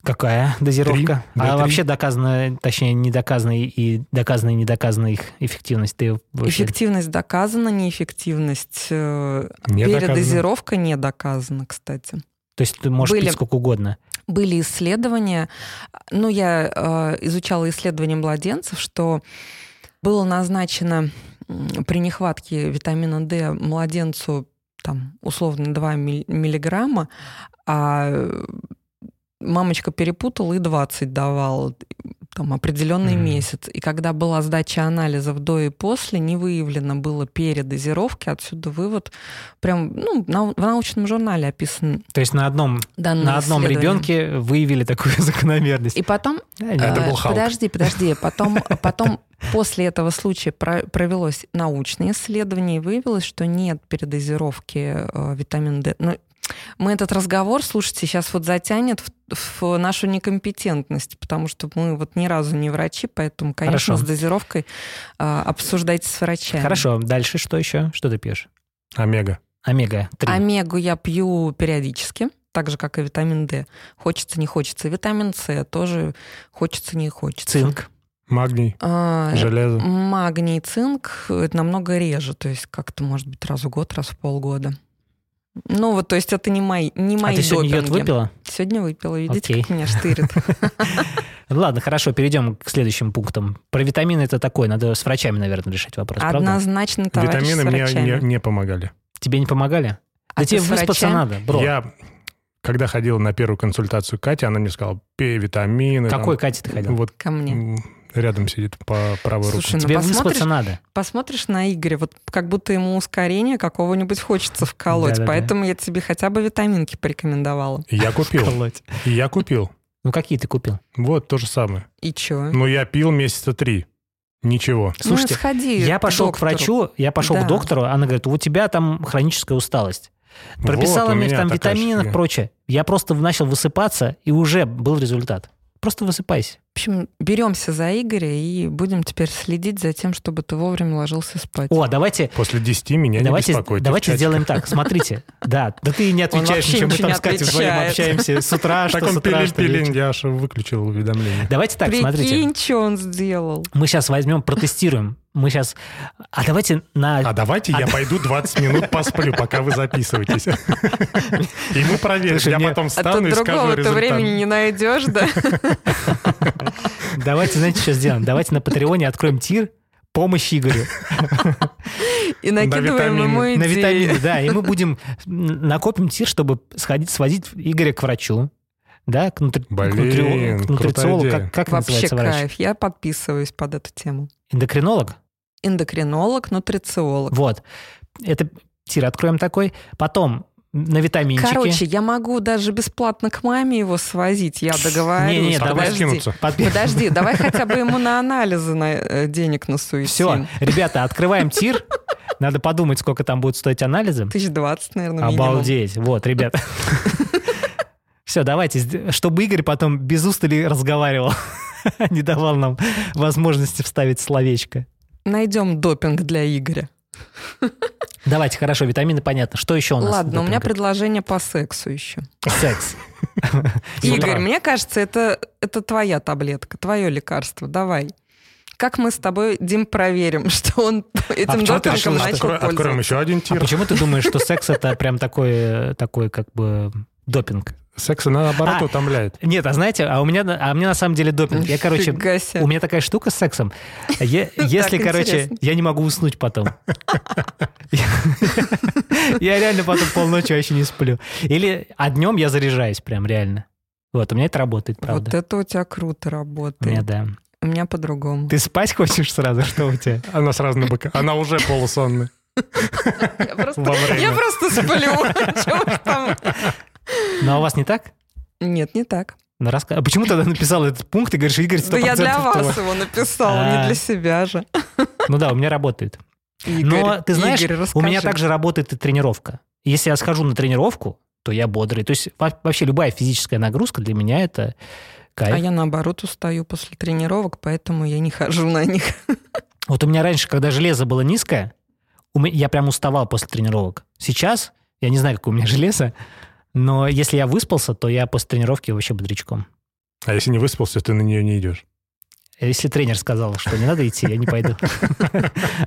[SPEAKER 2] Какая дозировка?
[SPEAKER 1] Три.
[SPEAKER 2] А
[SPEAKER 1] Да, три.
[SPEAKER 2] вообще доказано, точнее, не доказано и- и доказана и не доказана их эффективность. Ты вообще...
[SPEAKER 3] Эффективность доказана, неэффективность э,
[SPEAKER 1] Не доказано.
[SPEAKER 3] передозировка не доказана, кстати.
[SPEAKER 2] То есть ты можешь
[SPEAKER 3] Были.
[SPEAKER 2] пить сколько угодно.
[SPEAKER 3] были исследования, ну, я э, изучала исследования младенцев, что было назначено м, при нехватке витамина D младенцу там, условно 2 милли- миллиграмма, а э, мамочка перепутала и 20 давала там определенный
[SPEAKER 1] Мгм.
[SPEAKER 3] месяц. И когда была сдача анализов до и после, не выявлено было передозировки. Отсюда вывод прям ну, нау- в научном журнале описан
[SPEAKER 2] То есть на одном,
[SPEAKER 3] данный
[SPEAKER 2] на одном ребенке выявили такую закономерность.
[SPEAKER 3] И потом
[SPEAKER 2] Да,
[SPEAKER 1] Это
[SPEAKER 3] Э,
[SPEAKER 1] был Халк.
[SPEAKER 3] Подожди, подожди. Потом, потом после этого случая про- провелось научное исследование и выявилось, что нет передозировки э, витамина D. Но мы этот разговор, слушайте, сейчас вот затянет в, в нашу некомпетентность, потому что мы вот ни разу не врачи, поэтому, конечно,
[SPEAKER 2] Хорошо.
[SPEAKER 3] с дозировкой э, обсуждайте с врачами.
[SPEAKER 2] Хорошо, дальше что еще? Что ты пьешь?
[SPEAKER 1] Омега.
[SPEAKER 2] Омега-3.
[SPEAKER 3] Омегу я пью периодически, так же, как и витамин D. Хочется, не хочется. И витамин С тоже хочется, не хочется.
[SPEAKER 2] Цинк.
[SPEAKER 1] Магний,
[SPEAKER 3] А,
[SPEAKER 1] железо.
[SPEAKER 3] Магний и цинк это намного реже, то есть как-то, может быть, раз в год, раз в полгода. Ну вот, то есть это не мои, не
[SPEAKER 2] А
[SPEAKER 3] мои
[SPEAKER 2] ты сегодня йод
[SPEAKER 3] допинги.
[SPEAKER 2] выпила?
[SPEAKER 3] Сегодня выпила, видите,
[SPEAKER 2] Окей.
[SPEAKER 3] как меня штырит.
[SPEAKER 2] Ладно, хорошо, перейдем к следующим пунктам. Про витамины это такое, надо с врачами, наверное, решать вопрос, правда?
[SPEAKER 3] Однозначно, товарищ
[SPEAKER 1] Витамины мне
[SPEAKER 3] с
[SPEAKER 1] не,
[SPEAKER 3] врачами.
[SPEAKER 1] не помогали.
[SPEAKER 2] Тебе не помогали? да
[SPEAKER 3] А ты
[SPEAKER 2] тебе
[SPEAKER 3] с
[SPEAKER 2] выспаться
[SPEAKER 3] врачами?
[SPEAKER 2] надо, бро.
[SPEAKER 1] Я, когда ходил на первую консультацию Кати, она мне сказала, пей витамины. там».
[SPEAKER 2] Какой Катя ты ходил?
[SPEAKER 1] Вот
[SPEAKER 3] Ко мне.
[SPEAKER 1] м, рядом сидит по правой руке.
[SPEAKER 3] Слушай, ну
[SPEAKER 2] Тебе выспаться
[SPEAKER 3] посмотришь,
[SPEAKER 2] надо.
[SPEAKER 3] посмотришь на Игоря, вот как будто ему ускорение какого-нибудь хочется вколоть,
[SPEAKER 2] Да-да-да.
[SPEAKER 3] поэтому я тебе хотя бы витаминки порекомендовала.
[SPEAKER 1] Я купил.
[SPEAKER 2] Колоть.
[SPEAKER 1] Я купил.
[SPEAKER 2] Ну какие ты купил?
[SPEAKER 1] Вот то же самое.
[SPEAKER 3] И чё?
[SPEAKER 1] Но я пил месяца три. Ничего.
[SPEAKER 2] Ну, Слушайте,
[SPEAKER 3] ну, сходи
[SPEAKER 2] Я пошел к
[SPEAKER 3] доктору.
[SPEAKER 2] врачу, я пошел
[SPEAKER 3] Да.
[SPEAKER 2] к доктору, а она говорит, у тебя там хроническая усталость. Прописала
[SPEAKER 1] Вот у
[SPEAKER 2] мне
[SPEAKER 1] меня
[SPEAKER 2] там
[SPEAKER 1] такая же
[SPEAKER 2] витаминов,
[SPEAKER 1] фигня.
[SPEAKER 2] прочее. Я просто начал высыпаться, и уже был результат. Просто высыпайся.
[SPEAKER 3] В общем, беремся за Игоря и будем теперь следить за тем, чтобы ты вовремя ложился спать.
[SPEAKER 2] О, давайте,
[SPEAKER 1] После 10 меня не
[SPEAKER 2] давайте,
[SPEAKER 1] беспокойте.
[SPEAKER 2] давайте
[SPEAKER 1] Чатик.
[SPEAKER 2] сделаем так. Смотрите, да, да ты не отвечаешь
[SPEAKER 3] вообще
[SPEAKER 2] ничего, мы
[SPEAKER 3] ничего
[SPEAKER 2] там
[SPEAKER 3] не
[SPEAKER 2] с Катей вдвоем
[SPEAKER 3] отвечает.
[SPEAKER 2] общаемся с утра,
[SPEAKER 1] В
[SPEAKER 2] что с
[SPEAKER 1] таком
[SPEAKER 2] утра, что
[SPEAKER 1] пилин-пилин.
[SPEAKER 2] вечером.
[SPEAKER 1] Я аж выключил уведомление.
[SPEAKER 2] Давайте так,
[SPEAKER 3] Прикинь,
[SPEAKER 2] смотрите.
[SPEAKER 3] что он сделал.
[SPEAKER 2] Мы сейчас возьмем, протестируем мы сейчас... А давайте на...
[SPEAKER 1] А давайте я пойду 20 минут посплю, пока вы записываетесь. И мы проверим.
[SPEAKER 2] Слушай,
[SPEAKER 1] Я
[SPEAKER 2] мне-
[SPEAKER 1] потом
[SPEAKER 3] А то
[SPEAKER 1] встану и скажу
[SPEAKER 3] другого-то времени
[SPEAKER 1] результат. А
[SPEAKER 3] не найдешь, да?
[SPEAKER 2] Давайте, знаете, что сделаем? Давайте на Патреоне откроем тир помощь Игорю
[SPEAKER 3] И накидываем
[SPEAKER 1] витамины.
[SPEAKER 3] ему
[SPEAKER 2] на
[SPEAKER 3] идеи.
[SPEAKER 2] витамины, да, и мы будем м, накопим тир, чтобы сходить, сводить Игоря к врачу, да, к, нутри- к
[SPEAKER 1] Блин,
[SPEAKER 2] нутрио- к
[SPEAKER 1] крутая
[SPEAKER 2] нутрициологу,
[SPEAKER 1] идея.
[SPEAKER 2] как, как
[SPEAKER 3] Вообще
[SPEAKER 2] называется врач?
[SPEAKER 3] кайф. Я подписываюсь под эту тему.
[SPEAKER 2] Эндокринолог?
[SPEAKER 3] Эндокринолог, нутрициолог.
[SPEAKER 2] Вот. Это тир откроем такой. Потом на витаминчики.
[SPEAKER 3] Короче, я могу даже бесплатно к маме его свозить, я договорюсь.
[SPEAKER 2] Не-не,
[SPEAKER 1] А давай
[SPEAKER 2] давай
[SPEAKER 3] подожди,
[SPEAKER 1] скинуться.
[SPEAKER 3] подожди, давай хотя бы ему на анализы на, э, денег насуетим.
[SPEAKER 2] Все, ребята, открываем тир. Надо подумать, сколько там будут стоить анализы.
[SPEAKER 3] Тысяч двадцать, наверное, Ну, минимум.
[SPEAKER 2] Обалдеть. Вот, ребята. Все, давайте, сд- чтобы Игорь потом без устали разговаривал, не давал нам возможности вставить словечко.
[SPEAKER 3] Найдем допинг для Игоря.
[SPEAKER 2] Давайте, хорошо, витамины понятно. Что еще у нас?
[SPEAKER 3] Ладно, у меня
[SPEAKER 2] допинга?
[SPEAKER 3] предложение по сексу еще.
[SPEAKER 2] секс.
[SPEAKER 1] С утра.
[SPEAKER 3] Игорь, мне кажется, это, это твоя таблетка, твое лекарство. Давай. Как мы с тобой, Дим, проверим, что он этим
[SPEAKER 2] почему А ты
[SPEAKER 3] допингом
[SPEAKER 2] решила, что
[SPEAKER 3] начал
[SPEAKER 1] Откро- Откроем
[SPEAKER 3] пользоваться?
[SPEAKER 1] еще один
[SPEAKER 2] А
[SPEAKER 1] тир.
[SPEAKER 2] почему ты думаешь, что секс это прям такой, такой как бы допинг?
[SPEAKER 1] Секс, она, наоборот,
[SPEAKER 2] А.
[SPEAKER 1] утомляет.
[SPEAKER 2] Нет, а знаете, а у меня, на- а у меня на самом деле допинг. Я, короче,
[SPEAKER 3] Нифига себе.
[SPEAKER 2] у меня такая штука с сексом. Е- Если,
[SPEAKER 3] Так
[SPEAKER 2] короче,
[SPEAKER 3] интересно.
[SPEAKER 2] я не могу уснуть потом. Я- Я реально потом полночи вообще не сплю. Или а днем я заряжаюсь прям реально. Вот, у меня это работает,
[SPEAKER 3] Вот
[SPEAKER 2] правда.
[SPEAKER 3] это у тебя круто
[SPEAKER 2] У меня,
[SPEAKER 3] работает.
[SPEAKER 2] да.
[SPEAKER 3] У меня по-другому.
[SPEAKER 2] Ты спать хочешь сразу, что у тебя?
[SPEAKER 1] Она сразу на быка. Она уже полусонная.
[SPEAKER 3] Я просто,
[SPEAKER 1] Во время.
[SPEAKER 3] я просто сплю. Чё уж там.
[SPEAKER 2] Ну, а у вас не так?
[SPEAKER 3] Нет, не так.
[SPEAKER 2] Ну, раска- А почему тогда написал этот пункт и говоришь, Игорь, 100%
[SPEAKER 3] Да я для вас
[SPEAKER 2] твой?
[SPEAKER 3] его написала, не
[SPEAKER 2] А.
[SPEAKER 3] для себя же.
[SPEAKER 2] Ну да, у меня работает.
[SPEAKER 3] Игорь,
[SPEAKER 2] Но ты знаешь,
[SPEAKER 3] Игорь,
[SPEAKER 2] У меня
[SPEAKER 3] расскажи.
[SPEAKER 2] также работает и тренировка. Если я схожу на тренировку, то я бодрый. То есть во- вообще любая физическая нагрузка для меня это кайф.
[SPEAKER 3] А я наоборот устаю после тренировок, поэтому я не хожу на них.
[SPEAKER 2] Вот у меня раньше, когда железо было низкое, у ме- я прям уставал после тренировок. Сейчас, я не знаю, какое у меня железо, но если я выспался, то я после тренировки вообще бодрячком.
[SPEAKER 1] А если не выспался, ты на нее не идешь.
[SPEAKER 2] Если тренер сказал, что не надо идти, я не пойду.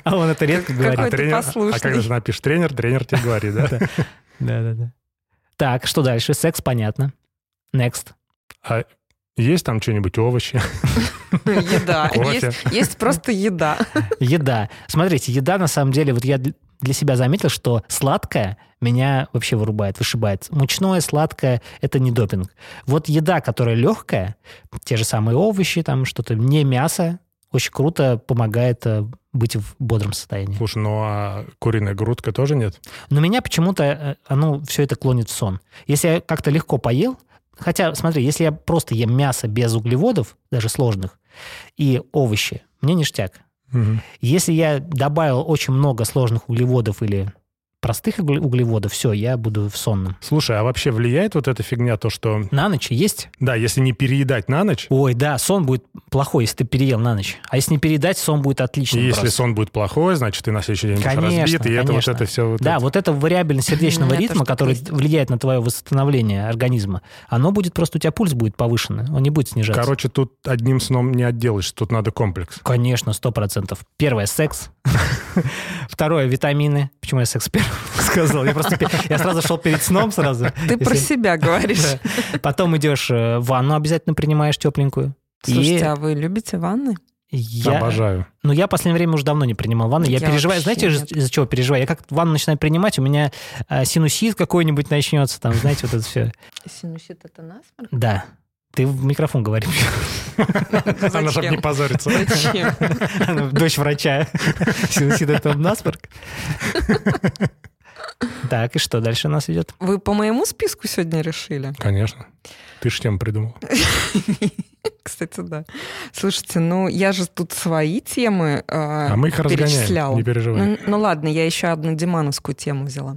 [SPEAKER 2] А он это редко
[SPEAKER 1] А,
[SPEAKER 3] Ой,
[SPEAKER 2] говорит.
[SPEAKER 3] ты
[SPEAKER 1] тренер, а
[SPEAKER 3] послушный.
[SPEAKER 1] когда же напишешь тренер, тренер тебе говорит, да?
[SPEAKER 2] Да-да-да. Так, что дальше? Секс, понятно. Next.
[SPEAKER 1] А есть там что-нибудь, овощи?
[SPEAKER 3] Еда.
[SPEAKER 1] Кофе.
[SPEAKER 3] Есть, есть просто еда.
[SPEAKER 2] Еда. Смотрите, еда на самом деле, вот я дл- для себя заметил, что сладкое меня вообще вырубает, вышибает. Мучное, сладкое – это не допинг. Вот еда, которая легкая, те же самые овощи, там что-то, не мясо, очень круто помогает э, быть в бодром состоянии.
[SPEAKER 1] Слушай, ну а куриная грудка тоже нет?
[SPEAKER 2] Но меня почему-то, э, оно все это клонит в сон. Если я как-то легко поел, хотя, смотри, если я просто ем мясо без углеводов, даже сложных, и овощи, мне ништяк. Если я добавил очень много сложных углеводов или простых угле- углеводов, все, я буду в сонном.
[SPEAKER 1] Слушай, а вообще влияет вот эта фигня, то, что,
[SPEAKER 2] На ночь есть?
[SPEAKER 1] да, если не переедать на ночь,
[SPEAKER 2] Ой, да, сон будет плохой, если ты переел на ночь. А если не передать, сон будет
[SPEAKER 1] и
[SPEAKER 2] отличный
[SPEAKER 1] если
[SPEAKER 2] просто.
[SPEAKER 1] сон будет плохой, значит, ты на следующий день будешь
[SPEAKER 2] Конечно,
[SPEAKER 1] разбит, и это вот
[SPEAKER 2] конечно.
[SPEAKER 1] это все... Вот
[SPEAKER 2] да,
[SPEAKER 1] это.
[SPEAKER 2] вот эта вариабельность сердечного
[SPEAKER 3] Это
[SPEAKER 2] ритма,
[SPEAKER 3] что-то
[SPEAKER 2] который
[SPEAKER 3] есть.
[SPEAKER 2] влияет на твое восстановление организма, оно будет просто, у тебя пульс будет повышенный, он не будет снижаться.
[SPEAKER 1] Короче, тут одним сном не отделаешься, тут надо комплекс.
[SPEAKER 2] Конечно, сто процентов. Первое — секс. Второе — витамины. Почему я секс первым сказал? Я просто пе- я сразу шел перед сном сразу.
[SPEAKER 3] Ты про
[SPEAKER 2] Если-
[SPEAKER 3] себя говоришь.
[SPEAKER 2] Да. Потом идешь э, в ванну, обязательно принимаешь тепленькую.
[SPEAKER 3] Слушайте, а вы любите ванны?
[SPEAKER 2] Я,
[SPEAKER 1] Обожаю.
[SPEAKER 2] Ну, я в последнее время уже давно не принимал ванны. Я,
[SPEAKER 3] Я
[SPEAKER 2] переживаю,
[SPEAKER 3] вообще
[SPEAKER 2] знаете, из-
[SPEAKER 3] нет.
[SPEAKER 2] из-за чего переживаю? Я как ванну начинаю принимать, у меня э, синусит какой-нибудь начнется, там, знаете, вот это все.
[SPEAKER 3] Синусит это насморк?
[SPEAKER 2] Да. Ты в микрофон говоришь.
[SPEAKER 1] Она же не
[SPEAKER 3] Зачем?
[SPEAKER 1] позорится.
[SPEAKER 3] Зачем?
[SPEAKER 2] Дочь врача. Синусит это насморк. Так, и что дальше у нас идет?
[SPEAKER 3] Вы по моему списку сегодня решили?
[SPEAKER 1] Конечно. Ты ж тему придумал.
[SPEAKER 3] Кстати, да. Слушайте, ну я же тут свои темы э,
[SPEAKER 1] А мы их разгоняем,
[SPEAKER 3] перечисляла.
[SPEAKER 1] не переживай.
[SPEAKER 3] Ну, ну ладно, я еще одну Димановскую тему взяла.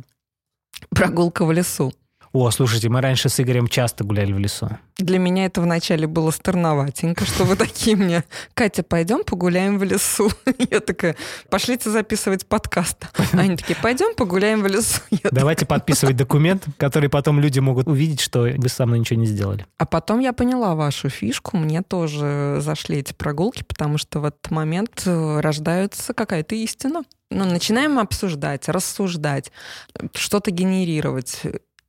[SPEAKER 3] Прогулка в лесу.
[SPEAKER 2] О, слушайте, мы раньше с Игорем часто гуляли в лесу.
[SPEAKER 3] Для меня это вначале было странноватенько, что вы такие мне, Катя, пойдем погуляем в лесу. Я такая, пошлите записывать подкаст. Они такие, пойдем погуляем в лесу. Я
[SPEAKER 2] Давайте подписывать документ, который потом люди могут увидеть, что вы со мной ничего не сделали.
[SPEAKER 3] А потом я поняла вашу фишку, мне тоже зашли эти прогулки, потому что в этот момент э, рождается какая-то истина. Ну, начинаем обсуждать, рассуждать, что-то генерировать.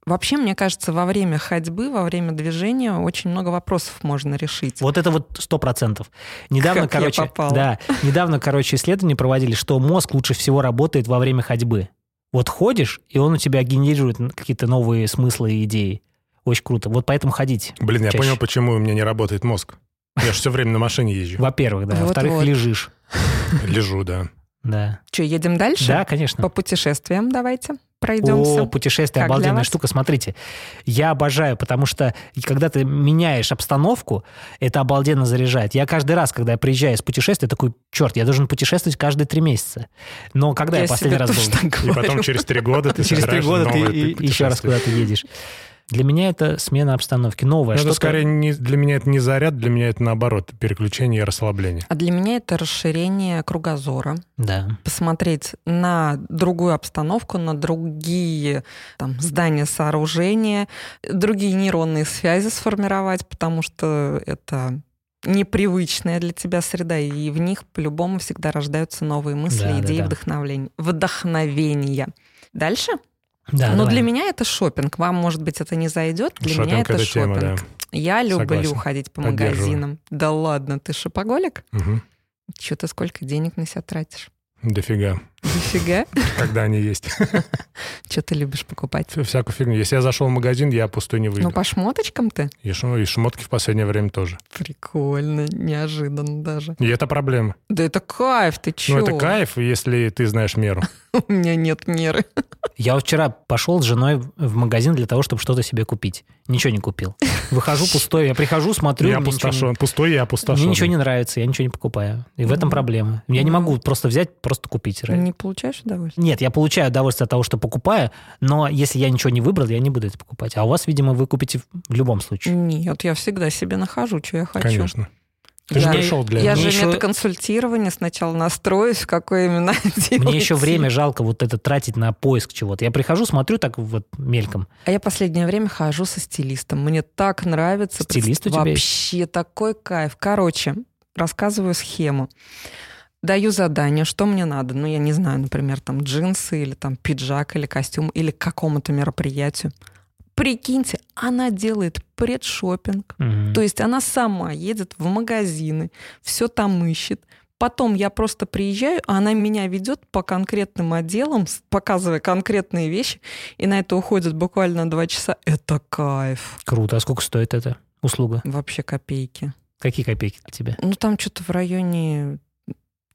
[SPEAKER 3] Вообще, мне кажется, во время ходьбы, во время движения очень много вопросов можно решить.
[SPEAKER 2] Вот это вот сто процентов. Недавно,
[SPEAKER 3] Как я
[SPEAKER 2] короче,
[SPEAKER 3] попала.
[SPEAKER 2] да, недавно, короче, исследования проводили, что мозг лучше всего работает во время ходьбы. Вот ходишь, и он у тебя генерирует какие-то новые смыслы и идеи. Очень круто. Вот поэтому ходить.
[SPEAKER 1] Блин, я
[SPEAKER 2] Чаще.
[SPEAKER 1] понял, почему у меня не работает мозг. Я же все время на машине езжу.
[SPEAKER 2] Во-первых, да.
[SPEAKER 3] Вот-вот.
[SPEAKER 2] Во-вторых, лежишь.
[SPEAKER 1] Лежу, да.
[SPEAKER 2] Да.
[SPEAKER 3] Че, едем дальше?
[SPEAKER 2] Да, конечно.
[SPEAKER 3] По путешествиям давайте пройдемся.
[SPEAKER 2] О, путешествие,
[SPEAKER 3] Как для
[SPEAKER 2] обалденная
[SPEAKER 3] вас?
[SPEAKER 2] штука. Смотрите, я обожаю, потому что когда ты меняешь обстановку, это обалденно заряжает. Я каждый раз, когда я приезжаю из путешествия, такой, черт, я должен путешествовать каждые три месяца. Но когда я,
[SPEAKER 3] Я
[SPEAKER 2] последний
[SPEAKER 3] себе
[SPEAKER 2] раз был?
[SPEAKER 3] тоже так
[SPEAKER 1] И
[SPEAKER 3] говорю.
[SPEAKER 1] потом через три года ты
[SPEAKER 2] Через три
[SPEAKER 1] собираешь
[SPEAKER 2] года ты
[SPEAKER 1] новое
[SPEAKER 2] и- и еще раз
[SPEAKER 1] путешествие.
[SPEAKER 2] куда-то едешь. Для меня это смена обстановки,
[SPEAKER 1] Ну,
[SPEAKER 2] новая.
[SPEAKER 1] это
[SPEAKER 2] что-то.
[SPEAKER 1] скорее не, для меня это не заряд, для меня это наоборот, переключение и расслабление.
[SPEAKER 3] А для меня это расширение кругозора.
[SPEAKER 2] Да.
[SPEAKER 3] посмотреть на другую обстановку, на другие там, здания, сооружения, другие нейронные связи сформировать, потому что это непривычная для тебя среда, и в них по-любому всегда рождаются новые мысли,
[SPEAKER 2] Да, да,
[SPEAKER 3] идеи,
[SPEAKER 2] да.
[SPEAKER 3] вдохновления. вдохновения. Дальше?
[SPEAKER 1] А,
[SPEAKER 2] да
[SPEAKER 3] ну,
[SPEAKER 2] давай.
[SPEAKER 3] для меня это шопинг. Вам, может быть, это не зайдет. Для меня
[SPEAKER 1] Шопинг
[SPEAKER 3] это
[SPEAKER 1] это тема,
[SPEAKER 3] шопинг.
[SPEAKER 1] да.
[SPEAKER 3] Я люблю
[SPEAKER 1] Согласен.
[SPEAKER 3] ходить по
[SPEAKER 1] Поддерживаю.
[SPEAKER 3] магазинам. Да ладно, ты шопоголик?
[SPEAKER 1] Мгм.
[SPEAKER 3] Че ты сколько денег на себя тратишь?
[SPEAKER 1] Дофига.
[SPEAKER 3] Дофига.
[SPEAKER 1] Когда они есть.
[SPEAKER 3] Что ты любишь покупать?
[SPEAKER 1] Ф- Всякую фигню. Если я зашел в магазин, я пустой не выйду.
[SPEAKER 3] Ну, по шмоточкам ты?
[SPEAKER 1] И, шмо- и шмотки в последнее время тоже.
[SPEAKER 3] Прикольно, неожиданно даже.
[SPEAKER 1] И это проблема.
[SPEAKER 3] Да это кайф, ты чё?
[SPEAKER 1] Ну, это кайф, если ты знаешь меру.
[SPEAKER 3] У меня нет меры.
[SPEAKER 2] Я вот вчера пошел с женой в магазин для того, чтобы что-то себе купить. Ничего не купил. Выхожу пустой, я прихожу, смотрю,
[SPEAKER 1] Я
[SPEAKER 2] мне ничего не-
[SPEAKER 1] опустошен. Пустой я опустошен.
[SPEAKER 2] Мне ничего не нравится, я ничего не покупаю. И в этом
[SPEAKER 3] Мгм.
[SPEAKER 2] проблема. Я не
[SPEAKER 3] Ну.
[SPEAKER 2] могу просто взять, просто купить.
[SPEAKER 3] Ты
[SPEAKER 2] реально.
[SPEAKER 3] не получаешь удовольствие?
[SPEAKER 2] Нет, я получаю удовольствие от того, что покупаю, но если я ничего не выбрал, я не буду это покупать. А у вас, видимо, вы купите в- в любом случае.
[SPEAKER 3] Нет, я всегда себе нахожу, что я хочу.
[SPEAKER 1] Конечно. Ты же
[SPEAKER 3] Да.
[SPEAKER 1] пришел для
[SPEAKER 3] Я
[SPEAKER 1] этого.
[SPEAKER 2] Мне
[SPEAKER 3] же
[SPEAKER 2] Ну, ещё-
[SPEAKER 3] метаконсультирование сначала настроюсь, в какое именно дело
[SPEAKER 2] Мне еще
[SPEAKER 3] идти.
[SPEAKER 2] время жалко вот это тратить на поиск чего-то. Я прихожу, смотрю так вот мельком.
[SPEAKER 3] А я последнее время хожу со стилистом. Мне так нравится.
[SPEAKER 2] Стилист у тебя
[SPEAKER 3] Вообще такой кайф. Короче, рассказываю схему. Даю задание, что мне надо. Ну, я не знаю, например, там джинсы или там пиджак или костюм или к какому-то мероприятию. Прикиньте, она делает предшопинг.
[SPEAKER 2] Мгм.
[SPEAKER 3] То есть она сама едет в магазины, все там ищет. Потом я просто приезжаю, а она меня ведет по конкретным отделам, с- показывая конкретные вещи, и на это уходит буквально два часа. Это кайф.
[SPEAKER 2] Круто. А сколько стоит эта услуга?
[SPEAKER 3] Вообще копейки.
[SPEAKER 2] Какие копейки для тебя?
[SPEAKER 3] Ну, там что-то в районе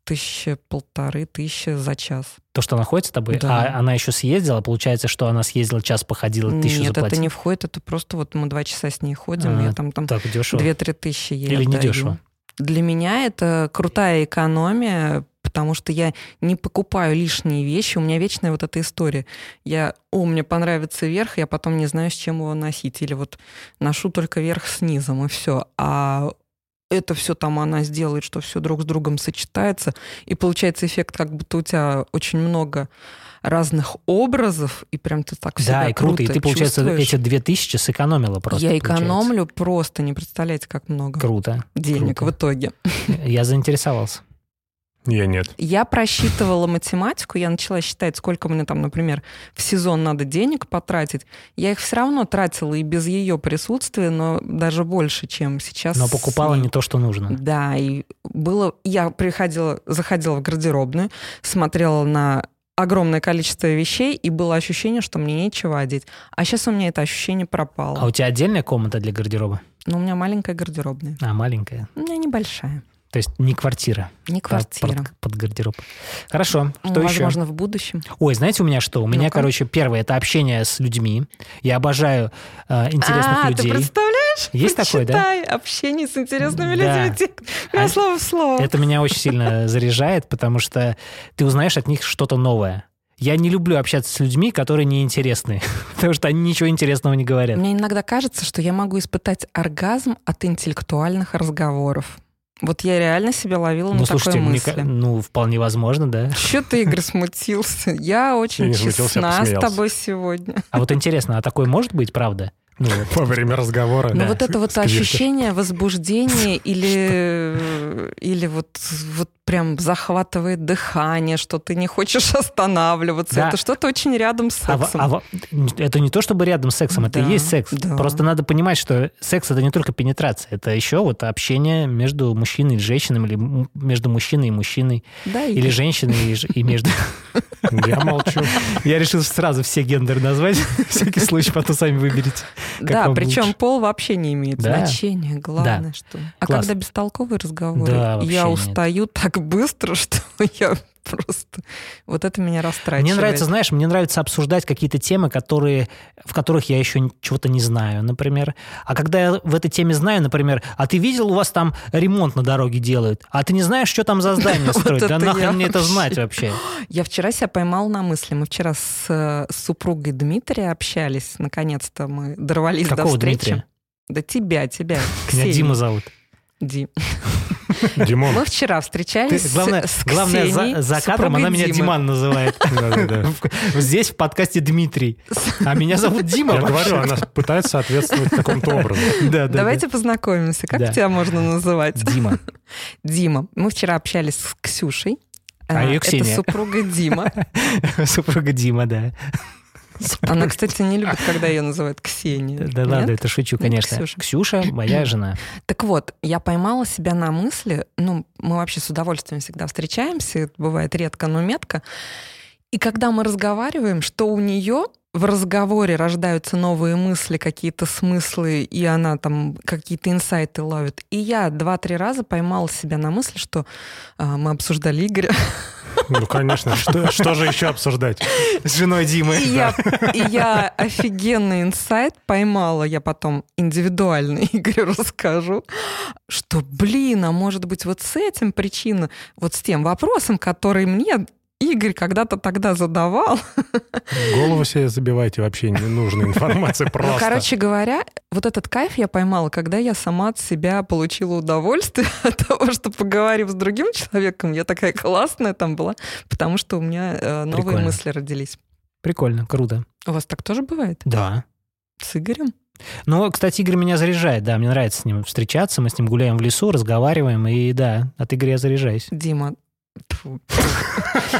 [SPEAKER 3] тысячи, полторы тысячи за час.
[SPEAKER 2] То, что она ходит с тобой,
[SPEAKER 3] Да.
[SPEAKER 2] а она еще съездила, получается, что она съездила, час походила, тысячу
[SPEAKER 3] Нет, это
[SPEAKER 2] заплатила.
[SPEAKER 3] не входит, это просто вот мы два часа с ней ходим,
[SPEAKER 2] А,
[SPEAKER 3] я там, там
[SPEAKER 2] Так дешево.
[SPEAKER 3] 2-3 тысячи ей
[SPEAKER 2] Или
[SPEAKER 3] отдаю.
[SPEAKER 2] недешево.
[SPEAKER 3] Для меня это крутая экономия, потому что я не покупаю лишние вещи. У меня вечная вот эта история. Я, о, мне понравится верх, я потом не знаю, с чем его носить. Или вот ношу только верх с низом, и все. А это все там она сделает, что все друг с другом сочетается. И получается эффект, как будто у тебя очень много разных образов, и прям ты так себя
[SPEAKER 2] Да, и круто. И ты, получается,
[SPEAKER 3] чувствуешь.
[SPEAKER 2] эти две тысячи сэкономила просто.
[SPEAKER 3] Я
[SPEAKER 2] получается.
[SPEAKER 3] экономлю просто, не представляете, как много
[SPEAKER 2] Круто.
[SPEAKER 3] денег
[SPEAKER 2] круто.
[SPEAKER 3] в итоге.
[SPEAKER 2] Я заинтересовался.
[SPEAKER 1] Я нет.
[SPEAKER 3] Я просчитывала математику, я начала считать, сколько мне там, например, в сезон надо денег потратить. Я их все равно тратила и без ее присутствия, но даже больше, чем сейчас.
[SPEAKER 2] Но покупала
[SPEAKER 3] с ней.
[SPEAKER 2] не то, что нужно.
[SPEAKER 3] Да, и было... Я приходила, заходила в гардеробную, смотрела на огромное количество вещей, и было ощущение, что мне нечего одеть. А сейчас у меня это ощущение пропало.
[SPEAKER 2] А у тебя отдельная комната для гардероба?
[SPEAKER 3] Но у меня маленькая гардеробная.
[SPEAKER 2] А, маленькая.
[SPEAKER 3] У меня небольшая.
[SPEAKER 2] То есть не квартира.
[SPEAKER 3] Не
[SPEAKER 2] а под-
[SPEAKER 3] квартира. Ну,
[SPEAKER 2] Под, гардероб. Хорошо. Что еще?
[SPEAKER 3] Возможно, в будущем.
[SPEAKER 2] Ой, знаете, у меня что? У меня,
[SPEAKER 3] Ну-ка.
[SPEAKER 2] короче, первое это общение с людьми. Я обожаю э, интересных
[SPEAKER 3] а, ты
[SPEAKER 2] людей.
[SPEAKER 3] представляешь?
[SPEAKER 2] Есть такое, да?
[SPEAKER 3] Читай общение с интересными
[SPEAKER 2] Да.
[SPEAKER 3] людьми. Те- Прям
[SPEAKER 2] А-
[SPEAKER 3] слово в слово.
[SPEAKER 2] Это меня очень сильно заряжает, потому что ты узнаешь от них что-то новое. Я не люблю общаться с людьми, которые неинтересны, потому что они ничего интересного не говорят.
[SPEAKER 3] Мне иногда кажется, что я могу испытать оргазм от интеллектуальных разговоров. Вот я реально себя ловила
[SPEAKER 2] Ну,
[SPEAKER 3] на
[SPEAKER 2] слушайте,
[SPEAKER 3] такой
[SPEAKER 2] мне
[SPEAKER 3] мысли.
[SPEAKER 2] ка- ну, вполне возможно, да.
[SPEAKER 3] Че ты, Игорь, смутился? Я
[SPEAKER 1] Я
[SPEAKER 3] очень
[SPEAKER 1] не смутился, я
[SPEAKER 3] честна с
[SPEAKER 1] посмеялся.
[SPEAKER 3] тобой сегодня.
[SPEAKER 2] А вот интересно, а такое может быть, правда? Ну, вот.
[SPEAKER 1] Во время разговора.
[SPEAKER 2] Да.
[SPEAKER 3] Но Ну, вот это вот
[SPEAKER 1] Скверно.
[SPEAKER 3] ощущение возбуждения или, или вот, вот прям захватывает дыхание, что ты не хочешь останавливаться.
[SPEAKER 2] Да.
[SPEAKER 3] Это что-то очень рядом с
[SPEAKER 2] А во-
[SPEAKER 3] сексом.
[SPEAKER 2] а во- это не то, чтобы рядом с сексом, это
[SPEAKER 3] Да,
[SPEAKER 2] и есть секс.
[SPEAKER 3] да.
[SPEAKER 2] Просто надо понимать, что секс это не только пенетрация, это еще вот общение между мужчиной и женщиной, или м- между мужчиной и мужчиной,
[SPEAKER 3] Да, и-
[SPEAKER 2] или женщиной и, ж- и между...
[SPEAKER 1] Я молчу.
[SPEAKER 2] Я решил сразу все гендеры назвать, всякий случай потом сами выберите. как
[SPEAKER 3] да
[SPEAKER 2] вам
[SPEAKER 3] причем
[SPEAKER 2] лучше.
[SPEAKER 3] пол вообще не имеет
[SPEAKER 2] Да.
[SPEAKER 3] значения. Главное, что... А
[SPEAKER 2] Класс.
[SPEAKER 3] когда бестолковые разговоры,
[SPEAKER 2] Да, вообще
[SPEAKER 3] я
[SPEAKER 2] нет.
[SPEAKER 3] устаю так быстро, что я просто... Вот это меня расстраивает.
[SPEAKER 2] Мне нравится, знаешь, мне нравится обсуждать какие-то темы, которые, в которых я еще н- чего-то не знаю, например. А когда я в этой теме знаю, например, а ты видел, у вас там ремонт на дороге делают, а ты не знаешь, что там за здание
[SPEAKER 3] Вот
[SPEAKER 2] строят. Да
[SPEAKER 3] это
[SPEAKER 2] нахрен
[SPEAKER 3] я
[SPEAKER 2] мне это
[SPEAKER 3] вообще.
[SPEAKER 2] знать вообще?
[SPEAKER 3] Я вчера себя поймала на мысли. Мы вчера с, э, с супругой Дмитрия общались. Наконец-то мы дорвались до
[SPEAKER 2] Какого
[SPEAKER 3] встречи.
[SPEAKER 2] Дмитрия?
[SPEAKER 3] Да тебя, тебя.
[SPEAKER 2] Меня
[SPEAKER 3] Ксения.
[SPEAKER 2] Дима зовут.
[SPEAKER 3] Дим.
[SPEAKER 1] Димон.
[SPEAKER 3] Мы вчера встречались
[SPEAKER 2] Ты-
[SPEAKER 3] с-
[SPEAKER 2] главное,
[SPEAKER 3] с
[SPEAKER 2] главное
[SPEAKER 3] Ксенией,
[SPEAKER 2] за, за кадром
[SPEAKER 3] супругой
[SPEAKER 2] она меня
[SPEAKER 3] Димы.
[SPEAKER 2] Диман называет.
[SPEAKER 1] Да-да-да.
[SPEAKER 2] В- Здесь в подкасте Дмитрий. А меня зовут Дима.
[SPEAKER 1] Я
[SPEAKER 2] вообще.
[SPEAKER 1] говорю, она пытается соответствовать какому-то образу.
[SPEAKER 2] Да, да, да.
[SPEAKER 3] Давайте познакомимся. Как
[SPEAKER 2] Да.
[SPEAKER 3] тебя можно называть?
[SPEAKER 2] Дима.
[SPEAKER 3] Дима. Мы вчера общались с Ксюшей.
[SPEAKER 2] А
[SPEAKER 3] Э,
[SPEAKER 2] её
[SPEAKER 3] Это
[SPEAKER 2] Ксения.
[SPEAKER 3] супруга Дима.
[SPEAKER 2] Супруга Дима, да.
[SPEAKER 3] Она, кстати, не любит, когда ее называют Ксения.
[SPEAKER 2] Да
[SPEAKER 3] Нет? Ну,
[SPEAKER 2] ладно, это шучу, конечно.
[SPEAKER 3] Ксюша.
[SPEAKER 2] Ксюша, моя жена.
[SPEAKER 3] Так вот, я поймала себя на мысли, ну, мы вообще с удовольствием всегда встречаемся, это бывает редко, но метко. И когда мы разговариваем, что у нее в разговоре рождаются новые мысли, какие-то смыслы, и она там какие-то инсайты ловит. И я два-три раза поймала себя на мысли, что а, мы обсуждали Игоря,
[SPEAKER 1] Ну, конечно. Что что же еще обсуждать?
[SPEAKER 2] С женой Димы.
[SPEAKER 3] и я, и я офигенный инсайт поймала, я потом индивидуально Игорю расскажу, что, блин, а может быть вот с этим причина, вот с тем вопросом, который мне Игорь когда-то тогда задавал.
[SPEAKER 1] Голову себе забивайте вообще ненужной информации
[SPEAKER 3] Ну,
[SPEAKER 1] просто.
[SPEAKER 3] короче говоря, вот этот кайф я поймала, когда я сама от себя получила удовольствие от того, что поговорив с другим человеком, я такая классная там была, потому что у меня э, новые
[SPEAKER 2] Прикольно.
[SPEAKER 3] мысли родились.
[SPEAKER 2] Прикольно, круто.
[SPEAKER 3] У вас так тоже бывает?
[SPEAKER 2] Да.
[SPEAKER 3] С Игорем?
[SPEAKER 2] Ну, кстати, Игорь меня заряжает, да, мне нравится с ним встречаться, мы с ним гуляем в лесу, разговариваем, и да, от Игоря я заряжаюсь.
[SPEAKER 3] Дима. Тьфу.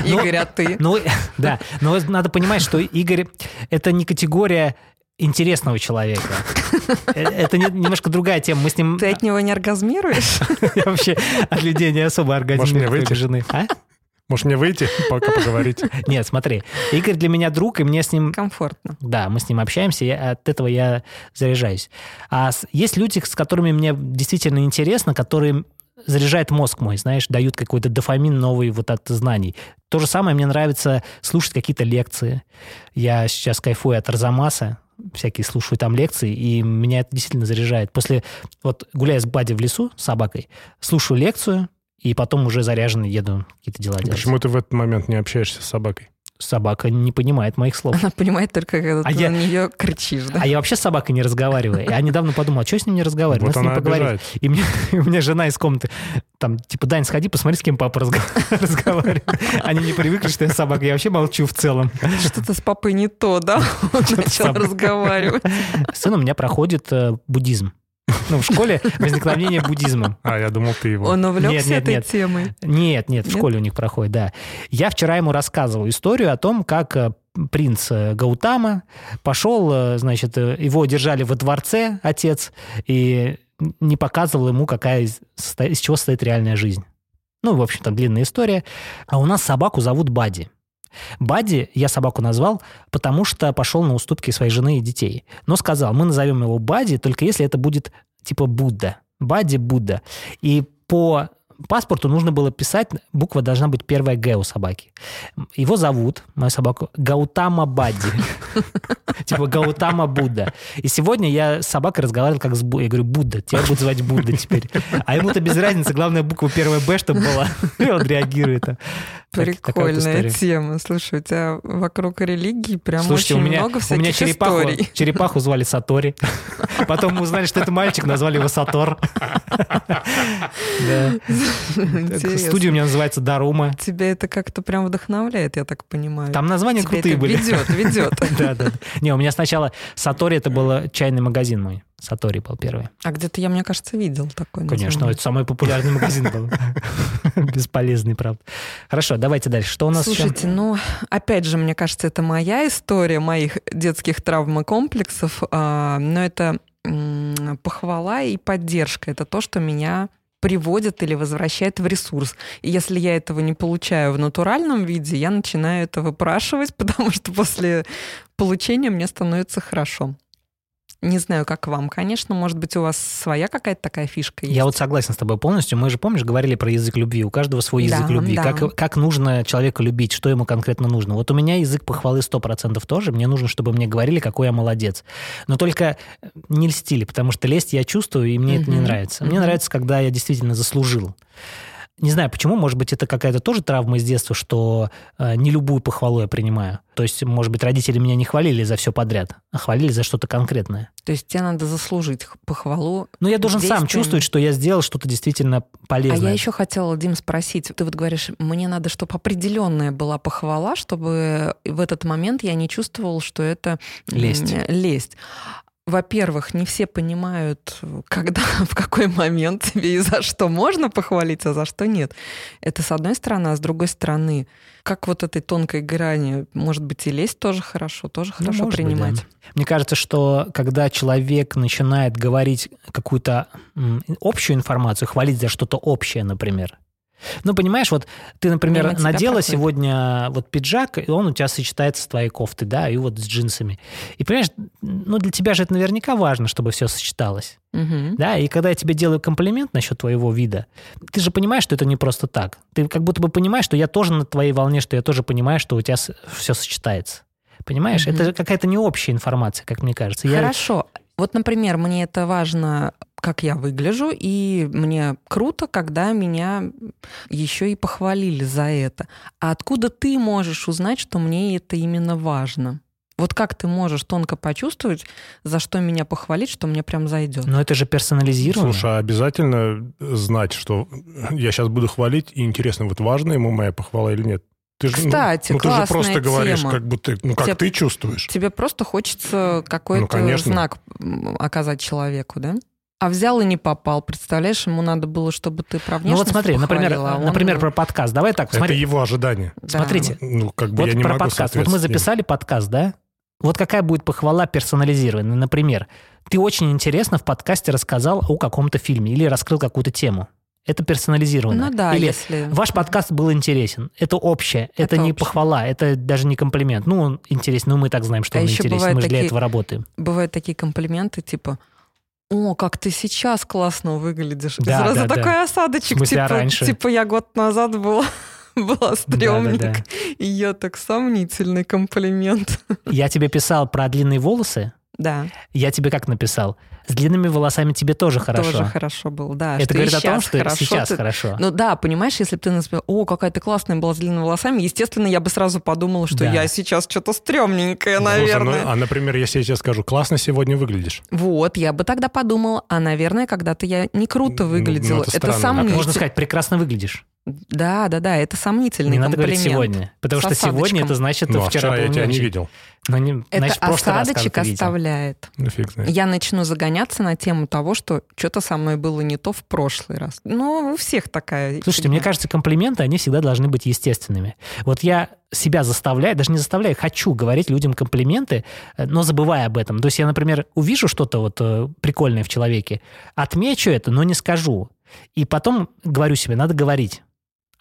[SPEAKER 3] Игорь, а ты?
[SPEAKER 2] Ну, да, но надо понимать, что Игорь — это не категория интересного человека. Э, Это не- немножко другая тема. Мы с ним
[SPEAKER 3] Ты от него не оргазмируешь?
[SPEAKER 2] я вообще от людей не особо
[SPEAKER 1] Может, мне
[SPEAKER 2] организм
[SPEAKER 1] выйти?
[SPEAKER 2] жены. А?
[SPEAKER 1] Может, мне выйти, пока поговорить?
[SPEAKER 2] Нет, смотри, Игорь для меня друг, и мне с ним
[SPEAKER 3] Комфортно.
[SPEAKER 2] Да, мы с ним общаемся, я, от этого я заряжаюсь. А с- есть люди, с которыми мне действительно интересно, которые заряжают мозг мой, знаешь, дают какой-то дофамин новый вот от знаний. То же самое мне нравится слушать какие-то лекции. Я сейчас кайфую от Арзамаса, всякие слушаю там лекции, и меня это действительно заряжает. После, вот гуляя с Бади в лесу с собакой, слушаю лекцию, и потом уже заряженный еду какие-то дела делать.
[SPEAKER 1] Ну, Почему ты в этот момент не общаешься с собакой?
[SPEAKER 2] Собака не понимает моих слов.
[SPEAKER 3] Она понимает только, когда
[SPEAKER 2] А
[SPEAKER 3] ты
[SPEAKER 2] я-
[SPEAKER 3] на нее кричишь, да?
[SPEAKER 2] А я вообще с собакой не разговариваю. Я недавно подумал, а что с ним не
[SPEAKER 1] Вот
[SPEAKER 2] разговаривать? Надо с ним
[SPEAKER 1] она
[SPEAKER 2] поговорить.
[SPEAKER 1] обижает.
[SPEAKER 2] И мне, и у меня жена из комнаты, там, типа, Дань, сходи, посмотри, с кем папа разго- разговаривает. Они не привыкли, что я собака. Я вообще молчу в целом.
[SPEAKER 3] Что-то с папой не то, да? Он
[SPEAKER 2] А Что-то с
[SPEAKER 3] начал
[SPEAKER 2] папой.
[SPEAKER 3] разговаривать.
[SPEAKER 2] Сын у меня проходит э, буддизм. Ну, в школе возникновение буддизма.
[SPEAKER 1] А, я думал, ты его.
[SPEAKER 3] Он
[SPEAKER 2] Нет,
[SPEAKER 3] увлекся
[SPEAKER 2] нет,
[SPEAKER 3] этой
[SPEAKER 2] нет.
[SPEAKER 3] темой.
[SPEAKER 2] Нет, нет, в
[SPEAKER 3] Нет?
[SPEAKER 2] школе у них проходит, да. Я вчера ему рассказывал историю о том, как э, принц э, Гаутама пошел, э, значит, э, его держали во дворце отец и не показывал ему, какая из, состо- из чего состоит реальная жизнь. Ну, в общем, там длинная история. А у нас собаку зовут Бади. Бади я собаку назвал, потому что пошел на уступки своей жены и детей. Но сказал, мы назовем его Бади, только если это будет типа Будда. Бади Будда. И по паспорту нужно было писать, буква должна быть первая Г у собаки. Его зовут, мою собаку, Гаутама Бадди. Типа Гаутама Будда. И сегодня я с собакой разговаривал как с Буддой. Я говорю, Будда, тебя будут звать Будда теперь. А ему-то без разницы, главное, буква первая Б, чтобы была. И он реагирует. Так- такая вот
[SPEAKER 3] Прикольная
[SPEAKER 2] история.
[SPEAKER 3] тема. Слушай, у тебя вокруг религии прям
[SPEAKER 2] Слушайте,
[SPEAKER 3] очень
[SPEAKER 2] у меня,
[SPEAKER 3] много
[SPEAKER 2] у
[SPEAKER 3] всяких
[SPEAKER 2] меня черепаху,
[SPEAKER 3] историй.
[SPEAKER 2] черепаху звали Сатори. Потом мы узнали, что это мальчик, назвали его Сатор. Да.
[SPEAKER 3] Интересно.
[SPEAKER 2] Студия у меня называется Дарума.
[SPEAKER 3] Тебя это как-то прям вдохновляет, я так понимаю.
[SPEAKER 2] Там названия
[SPEAKER 3] Тебя
[SPEAKER 2] крутые
[SPEAKER 3] это
[SPEAKER 2] были.
[SPEAKER 3] Ведет, ведет.
[SPEAKER 2] Да, да. да. Не, у меня сначала Сатори, это был чайный магазин мой. Сатори был первый.
[SPEAKER 3] А где-то я, мне кажется, видел такой.
[SPEAKER 2] Конечно, это самый популярный магазин был. Бесполезный, правда. Хорошо, давайте дальше. Что у нас еще?
[SPEAKER 3] Слушайте, ну, опять же, мне кажется, это моя история моих детских травм и комплексов, а, но это м, похвала и поддержка. Это то, что меня приводит или возвращает в ресурс. И если я этого не получаю в натуральном виде, я начинаю это выпрашивать, потому что после получения мне становится хорошо. Не знаю, как вам, конечно, может быть, у вас своя какая-то такая фишка есть.
[SPEAKER 2] Я вот согласен с тобой полностью. Мы же, помнишь, говорили про язык любви. У каждого свой
[SPEAKER 3] Да,
[SPEAKER 2] язык любви.
[SPEAKER 3] да.
[SPEAKER 2] Как, как нужно человека любить, что ему конкретно нужно. Вот у меня язык похвалы 100% тоже. Мне нужно, чтобы мне говорили, какой я молодец. Но только не льстили, потому что лезть я чувствую, и мне это не
[SPEAKER 3] Мгм,
[SPEAKER 2] нравится. Мне
[SPEAKER 3] мгм.
[SPEAKER 2] нравится, когда я действительно заслужил. Не знаю почему, может быть, это какая-то тоже травма из детства, что э, не любую похвалу я принимаю. То есть, может быть, родители меня не хвалили за все подряд, а хвалили за что-то конкретное.
[SPEAKER 3] То есть тебе надо заслужить х- похвалу
[SPEAKER 2] Но я должен сам
[SPEAKER 3] Действиями.
[SPEAKER 2] чувствовать, что я сделал что-то действительно
[SPEAKER 3] А
[SPEAKER 2] полезное.
[SPEAKER 3] я еще хотела, Дим, спросить. Ты вот говоришь, мне надо, чтобы определенная была похвала, чтобы в этот момент я не чувствовал, что это м,
[SPEAKER 2] Лесть.
[SPEAKER 3] лесть. Во-первых, не все понимают, когда, в какой момент тебе и за что можно похвалить, а за что нет. Это с одной стороны, а с другой стороны, как вот этой тонкой грани, может быть, и лесть тоже хорошо, тоже
[SPEAKER 2] Ну,
[SPEAKER 3] хорошо
[SPEAKER 2] может быть,
[SPEAKER 3] принимать.
[SPEAKER 2] да. Мне кажется, что когда человек начинает говорить какую-то м, общую информацию, хвалить за что-то общее, например. Ну, понимаешь, вот ты, например,
[SPEAKER 3] Мимо тебя
[SPEAKER 2] надела
[SPEAKER 3] проходит.
[SPEAKER 2] сегодня вот пиджак, и он у тебя сочетается с твоей кофтой, да, и вот с джинсами. И понимаешь, ну, для тебя же это наверняка важно, чтобы все сочеталось.
[SPEAKER 3] Мгм.
[SPEAKER 2] Да, и когда я тебе делаю комплимент насчет твоего вида, ты же понимаешь, что это не просто так. Ты как будто бы понимаешь, что я тоже на твоей волне, что я тоже понимаю, что у тебя все сочетается. Понимаешь?
[SPEAKER 3] Мгм.
[SPEAKER 2] Это же какая-то не общая информация, как мне кажется. Я-
[SPEAKER 3] Хорошо. Вот, например, мне это важно, как я выгляжу, и мне круто, когда меня еще и похвалили за это. А откуда ты можешь узнать, что мне это именно важно? Вот как ты можешь тонко почувствовать, за что меня похвалить, что мне прям зайдет?
[SPEAKER 2] Но это же персонализировано.
[SPEAKER 1] Слушай, а обязательно знать, что я сейчас буду хвалить, и интересно, вот важна ему моя похвала или нет? Ты же, ну,
[SPEAKER 3] Кстати,
[SPEAKER 1] ну, ты же
[SPEAKER 3] классная
[SPEAKER 1] просто говоришь,
[SPEAKER 3] тема.
[SPEAKER 1] как будто, ну, как
[SPEAKER 3] Тебе-
[SPEAKER 1] ты чувствуешь.
[SPEAKER 3] Тебе просто хочется
[SPEAKER 1] Ну,
[SPEAKER 3] какой-то
[SPEAKER 1] конечно.
[SPEAKER 3] знак м, оказать человеку, да? А взял и не попал. Представляешь, ему надо было, чтобы ты про
[SPEAKER 2] ну вот
[SPEAKER 3] внешность
[SPEAKER 2] смотри, например,
[SPEAKER 3] похвалила, а он-
[SPEAKER 2] например, про подкаст. Давай так,
[SPEAKER 1] Это
[SPEAKER 2] смотри.
[SPEAKER 1] его ожидание.
[SPEAKER 3] Да.
[SPEAKER 2] смотрите.
[SPEAKER 1] Ну, как бы
[SPEAKER 2] Вот
[SPEAKER 1] я не
[SPEAKER 2] про
[SPEAKER 1] могу
[SPEAKER 2] подкаст. Вот мы
[SPEAKER 1] соответствовать им.
[SPEAKER 2] записали подкаст, да? Вот какая будет похвала персонализированная? Например, ты очень интересно в подкасте рассказал о каком-то фильме или раскрыл какую-то тему. Это персонализированно.
[SPEAKER 3] Ну да,
[SPEAKER 2] или
[SPEAKER 3] если...
[SPEAKER 2] Ваш подкаст был интересен. Это общее. Это,
[SPEAKER 3] Это
[SPEAKER 2] не
[SPEAKER 3] общее.
[SPEAKER 2] похвала, это даже не комплимент. Ну, он интересен, но мы и так знаем, что
[SPEAKER 3] А
[SPEAKER 2] он
[SPEAKER 3] еще
[SPEAKER 2] интересен. Мы
[SPEAKER 3] бывают
[SPEAKER 2] же для
[SPEAKER 3] такие-
[SPEAKER 2] этого работаем.
[SPEAKER 3] бывают такие комплименты, типа, о, как ты сейчас классно выглядишь. И
[SPEAKER 2] Да,
[SPEAKER 3] сразу
[SPEAKER 2] да, да.
[SPEAKER 3] такой осадочек,
[SPEAKER 2] В смысле, а
[SPEAKER 3] типа,
[SPEAKER 2] раньше?
[SPEAKER 3] типа я год назад была, была стрёмник.
[SPEAKER 2] Да, да, да.
[SPEAKER 3] И я так сомнительный комплимент.
[SPEAKER 2] Я тебе писал про длинные волосы.
[SPEAKER 3] Да,
[SPEAKER 2] Я тебе как написал? С длинными волосами тебе тоже хорошо.
[SPEAKER 3] тоже хорошо было. Да,
[SPEAKER 2] Это
[SPEAKER 3] что и
[SPEAKER 2] говорит о том,
[SPEAKER 3] щас
[SPEAKER 2] что
[SPEAKER 3] хорошо
[SPEAKER 2] сейчас
[SPEAKER 3] ты-
[SPEAKER 2] хорошо.
[SPEAKER 3] Ну да, понимаешь, если бы ты назвал, о, какая ты классная была с длинными волосами, естественно, я бы сразу подумала, что
[SPEAKER 2] Да.
[SPEAKER 3] я сейчас что-то стрёмненькая,
[SPEAKER 1] Слушай, ну,
[SPEAKER 3] наверное.
[SPEAKER 1] а, например, если я тебе скажу, классно сегодня выглядишь.
[SPEAKER 3] Вот, я бы тогда подумала, а, наверное, когда-то я не круто
[SPEAKER 1] Ну, ну,
[SPEAKER 3] выглядела.
[SPEAKER 1] это
[SPEAKER 3] это
[SPEAKER 1] странно. А
[SPEAKER 2] так
[SPEAKER 1] ну,
[SPEAKER 3] сомнительно.
[SPEAKER 2] можно сказать, прекрасно выглядишь.
[SPEAKER 3] Да, да, да, это сомнительный
[SPEAKER 2] Не надо говорить
[SPEAKER 3] комплимент.
[SPEAKER 2] сегодня. Потому
[SPEAKER 3] С
[SPEAKER 2] что сегодня
[SPEAKER 3] осадочком.
[SPEAKER 2] это значит,
[SPEAKER 1] ну, а
[SPEAKER 2] вчера,
[SPEAKER 1] вчера я
[SPEAKER 2] был
[SPEAKER 1] тебя не
[SPEAKER 2] очень.
[SPEAKER 1] видел.
[SPEAKER 2] Ну, не-
[SPEAKER 3] Это
[SPEAKER 2] значит, в прошлый раз, когда
[SPEAKER 3] осадочек
[SPEAKER 2] ты видел.
[SPEAKER 3] оставляет.
[SPEAKER 1] Ну, фиг знает.
[SPEAKER 3] Я начну загоняться на тему того, что что-то со мной было не то в прошлый раз. Ну, у всех такая.
[SPEAKER 2] Слушайте,
[SPEAKER 3] фигня.
[SPEAKER 2] мне кажется, комплименты, они всегда должны быть естественными. Вот я себя заставляю, даже не заставляю, хочу говорить людям комплименты, э, но забывая об этом. То есть я, например, увижу что-то вот э, прикольное в человеке, отмечу это, но не скажу. И потом говорю себе, надо говорить.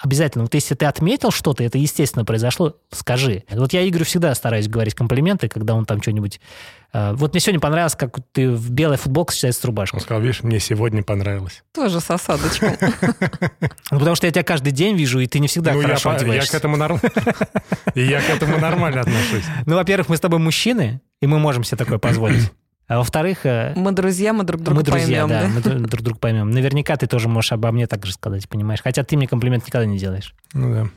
[SPEAKER 2] обязательно, вот если ты отметил что-то, это естественно произошло, скажи. Вот я Игорю всегда стараюсь говорить комплименты, когда он там что-нибудь... э, Вот мне сегодня понравилось, как ты в белой футболке сочетается с
[SPEAKER 1] Он
[SPEAKER 2] рубашкой.
[SPEAKER 1] сказал, видишь, мне сегодня понравилось.
[SPEAKER 3] Тоже с осадочком.
[SPEAKER 2] Ну, потому что я тебя каждый день вижу, и ты не всегда
[SPEAKER 1] ну, я,
[SPEAKER 2] хорошо
[SPEAKER 1] по- я
[SPEAKER 2] одеваешься.
[SPEAKER 1] к этому нормально. И я к этому нормально отношусь.
[SPEAKER 2] Ну, во-первых, мы с тобой мужчины, и мы можем себе такое позволить. А во-вторых, э,
[SPEAKER 3] Мы друзья, мы друг друга
[SPEAKER 2] мы друзья,
[SPEAKER 3] поймем.
[SPEAKER 2] да,
[SPEAKER 3] да.
[SPEAKER 2] мы дру- друг друга поймем. Наверняка ты тоже можешь обо мне так же сказать, понимаешь? Хотя ты мне комплимент никогда не делаешь.
[SPEAKER 1] Ну да.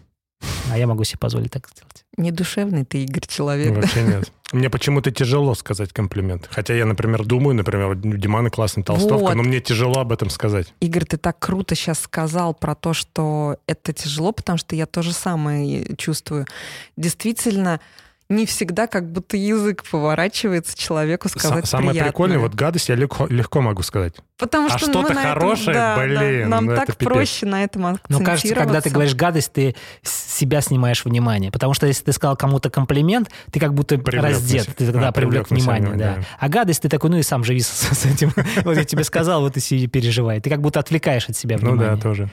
[SPEAKER 2] А я могу себе позволить так сделать.
[SPEAKER 3] Недушевный ты, Игорь,
[SPEAKER 1] Ну,
[SPEAKER 3] человек. да.
[SPEAKER 1] Вообще нет. Мне почему-то тяжело сказать комплимент. Хотя я, например, думаю, например, «Ну, Димана классная толстовка,
[SPEAKER 3] Вот.
[SPEAKER 1] но мне тяжело об этом сказать.
[SPEAKER 3] Игорь, ты так круто сейчас сказал про то, что это тяжело, потому что я то же самое чувствую. Действительно, не всегда как будто язык поворачивается человеку
[SPEAKER 1] Са-
[SPEAKER 3] сказать
[SPEAKER 1] Самое
[SPEAKER 3] приятное.
[SPEAKER 1] прикольное, вот гадость я легко, легко могу сказать.
[SPEAKER 3] Потому
[SPEAKER 1] а
[SPEAKER 3] что
[SPEAKER 1] что-то
[SPEAKER 3] мы на этом-
[SPEAKER 1] хорошее,
[SPEAKER 3] да, да,
[SPEAKER 1] блин,
[SPEAKER 3] нам
[SPEAKER 1] ну это
[SPEAKER 3] так
[SPEAKER 1] пипец.
[SPEAKER 3] проще на этом
[SPEAKER 2] Но кажется, когда ты
[SPEAKER 3] акцентироваться.
[SPEAKER 2] говоришь гадость, ты с себя снимаешь внимание. Потому что если ты сказал кому-то комплимент, ты как будто
[SPEAKER 1] Привлек на
[SPEAKER 2] раздет,
[SPEAKER 1] себя.
[SPEAKER 2] ты тогда
[SPEAKER 1] А,
[SPEAKER 2] привлек
[SPEAKER 1] привлек на себя
[SPEAKER 2] внимание. Да.
[SPEAKER 1] внимание,
[SPEAKER 2] А гадость ты такой, ну и сам живи с, с этим. Вот я тебе сказал, вот и сиди переживай. Ты как будто отвлекаешь от себя
[SPEAKER 1] Ну да,
[SPEAKER 2] внимание.
[SPEAKER 1] тоже.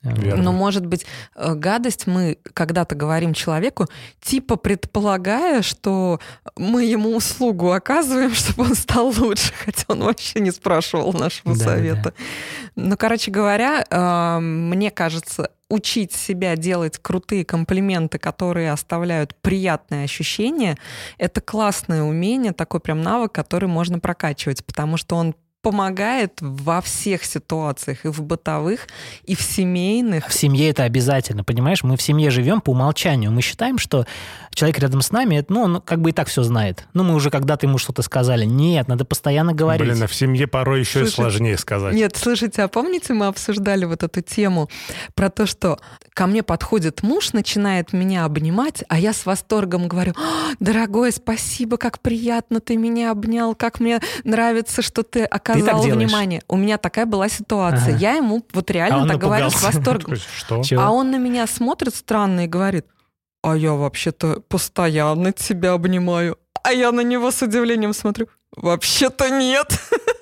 [SPEAKER 2] Вот.
[SPEAKER 1] верно.
[SPEAKER 3] Но, ну, может быть, э, гадость мы когда-то говорим человеку, типа предполагая, что мы ему услугу оказываем, чтобы он стал лучше, хотя он вообще не спрашивал нашего
[SPEAKER 2] Да, да,
[SPEAKER 3] совета. Ну, короче говоря, э, мне кажется, учить себя делать крутые комплименты, которые оставляют приятные ощущения, это классное умение, такой прям навык, который можно прокачивать, потому что он помогает во всех ситуациях, и в бытовых, и в семейных,
[SPEAKER 2] В семье это обязательно, понимаешь? Мы в семье живем по умолчанию. Мы считаем, что человек рядом с нами, это, ну, он как бы и так все знает. Ну, мы уже когда-то ему что-то сказали. Нет, надо постоянно говорить.
[SPEAKER 1] Блин, а в семье порой еще и
[SPEAKER 3] Слушай,
[SPEAKER 1] сложнее сказать.
[SPEAKER 3] Нет, слушайте, а помните, мы обсуждали вот эту тему про то, что ко мне подходит муж, начинает меня обнимать, а я с восторгом говорю, «А, дорогой, спасибо, как приятно ты меня обнял, как мне нравится, что ты оказал
[SPEAKER 2] делаешь?
[SPEAKER 3] внимание. У меня такая была ситуация.
[SPEAKER 2] Ага.
[SPEAKER 3] Я ему вот реально
[SPEAKER 2] А он
[SPEAKER 3] так говорю с
[SPEAKER 2] напугался.
[SPEAKER 1] Ну, То
[SPEAKER 3] восторгом.
[SPEAKER 1] есть Что?
[SPEAKER 2] Чё?
[SPEAKER 3] А он на меня смотрит странно и говорит, а я вообще-то постоянно тебя обнимаю. А я на него с удивлением смотрю, вообще-то нет.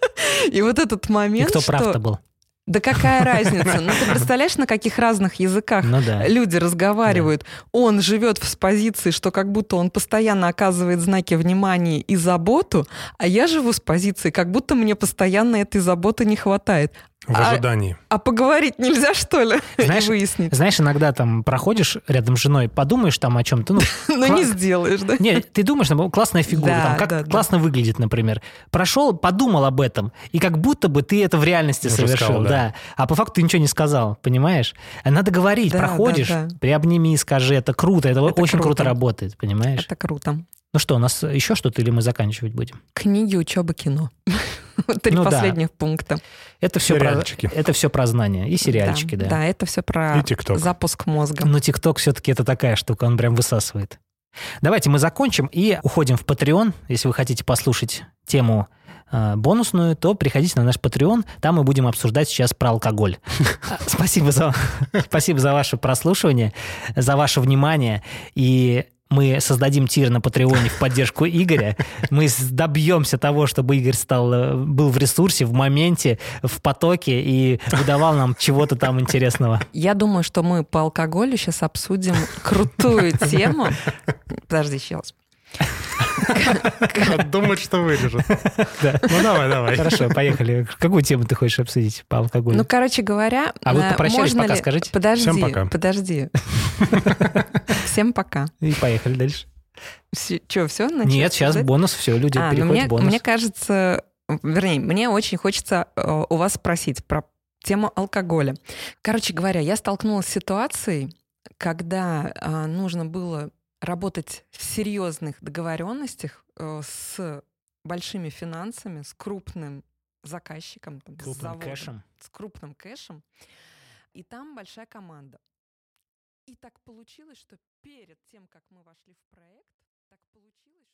[SPEAKER 3] И вот этот
[SPEAKER 2] И
[SPEAKER 3] момент,
[SPEAKER 2] кто
[SPEAKER 3] что...
[SPEAKER 2] прав-то был?
[SPEAKER 3] Да какая разница? Ну, ты представляешь, на каких разных языках
[SPEAKER 2] Ну да.
[SPEAKER 3] люди разговаривают. Он живет с позиции, что как будто он постоянно оказывает знаки внимания и заботу, а я живу с позиции, как будто мне постоянно этой заботы не хватает.
[SPEAKER 1] В
[SPEAKER 3] А-
[SPEAKER 1] ожидании.
[SPEAKER 3] А поговорить нельзя, что ли?
[SPEAKER 2] Знаешь, э,
[SPEAKER 3] и выяснить.
[SPEAKER 2] Знаешь, иногда там проходишь рядом с женой, подумаешь там о чем-то, ну,
[SPEAKER 3] Но не
[SPEAKER 2] класс-
[SPEAKER 3] сделаешь, да?
[SPEAKER 2] Нет, ты думаешь, ну, классная фигура,
[SPEAKER 3] Да,
[SPEAKER 2] там, как
[SPEAKER 3] да, да.
[SPEAKER 2] классно выглядит, например. Прошел, подумал об этом, и как будто бы ты это в реальности
[SPEAKER 1] Уже
[SPEAKER 2] совершил,
[SPEAKER 1] сказал,
[SPEAKER 2] да.
[SPEAKER 1] да.
[SPEAKER 2] А по факту ты ничего не сказал, понимаешь? А Надо говорить,
[SPEAKER 3] Да,
[SPEAKER 2] проходишь,
[SPEAKER 3] да, да.
[SPEAKER 2] приобними, скажи, это круто, это,
[SPEAKER 3] Это
[SPEAKER 2] очень круто.
[SPEAKER 3] круто.
[SPEAKER 2] работает, понимаешь?
[SPEAKER 3] Это круто.
[SPEAKER 2] Ну что, у нас еще что-то или мы заканчивать будем?
[SPEAKER 3] Книги, учеба, кино. Три
[SPEAKER 2] Ну да.
[SPEAKER 3] последних пункта.
[SPEAKER 2] Это все про,
[SPEAKER 1] Сериальчики.
[SPEAKER 2] это все про знания и сериальчики, да.
[SPEAKER 3] Да, это все про
[SPEAKER 1] И ТикТок.
[SPEAKER 3] запуск мозга.
[SPEAKER 2] Но ТикТок все-таки это такая штука, он прям высасывает. Давайте мы закончим и уходим в Patreon. Если вы хотите послушать тему э, бонусную, то приходите на наш Patreon. Там мы будем обсуждать сейчас про алкоголь. А, Спасибо за, спасибо за ваше прослушивание, за ваше внимание. И мы создадим тир на Патреоне в поддержку Игоря. Мы с- добьемся того, чтобы Игорь стал, э, был в ресурсе, в моменте, в потоке и выдавал нам чего-то там интересного.
[SPEAKER 3] Я думаю, что мы по алкоголю сейчас обсудим крутую тему. Подожди, сейчас.
[SPEAKER 1] Думать, что вырежут. Ну давай, давай.
[SPEAKER 2] Хорошо, поехали. Какую тему ты хочешь обсудить по алкоголю?
[SPEAKER 3] Ну, короче говоря,
[SPEAKER 2] А вы
[SPEAKER 3] э,
[SPEAKER 2] попрощались
[SPEAKER 3] можно
[SPEAKER 2] пока,
[SPEAKER 3] ли-
[SPEAKER 2] скажите?
[SPEAKER 3] Подожди,
[SPEAKER 1] Всем пока.
[SPEAKER 3] подожди. Всем пока.
[SPEAKER 2] И поехали дальше.
[SPEAKER 3] Че, все?
[SPEAKER 2] Нет, сейчас бонус, все, люди
[SPEAKER 3] А, ну
[SPEAKER 2] переходят
[SPEAKER 3] мне,
[SPEAKER 2] в бонус.
[SPEAKER 3] мне кажется, вернее, мне очень хочется э, у вас спросить про тему алкоголя. Короче говоря, я столкнулась с ситуацией, когда э, нужно было работать в серьезных договоренностях э, с большими финансами, с крупным заказчиком, там, с
[SPEAKER 2] Крупным
[SPEAKER 3] заводом,
[SPEAKER 2] кэшем.
[SPEAKER 3] с крупным кэшем, и там большая команда. И так получилось, что перед тем, как мы вошли в проект, так получилось,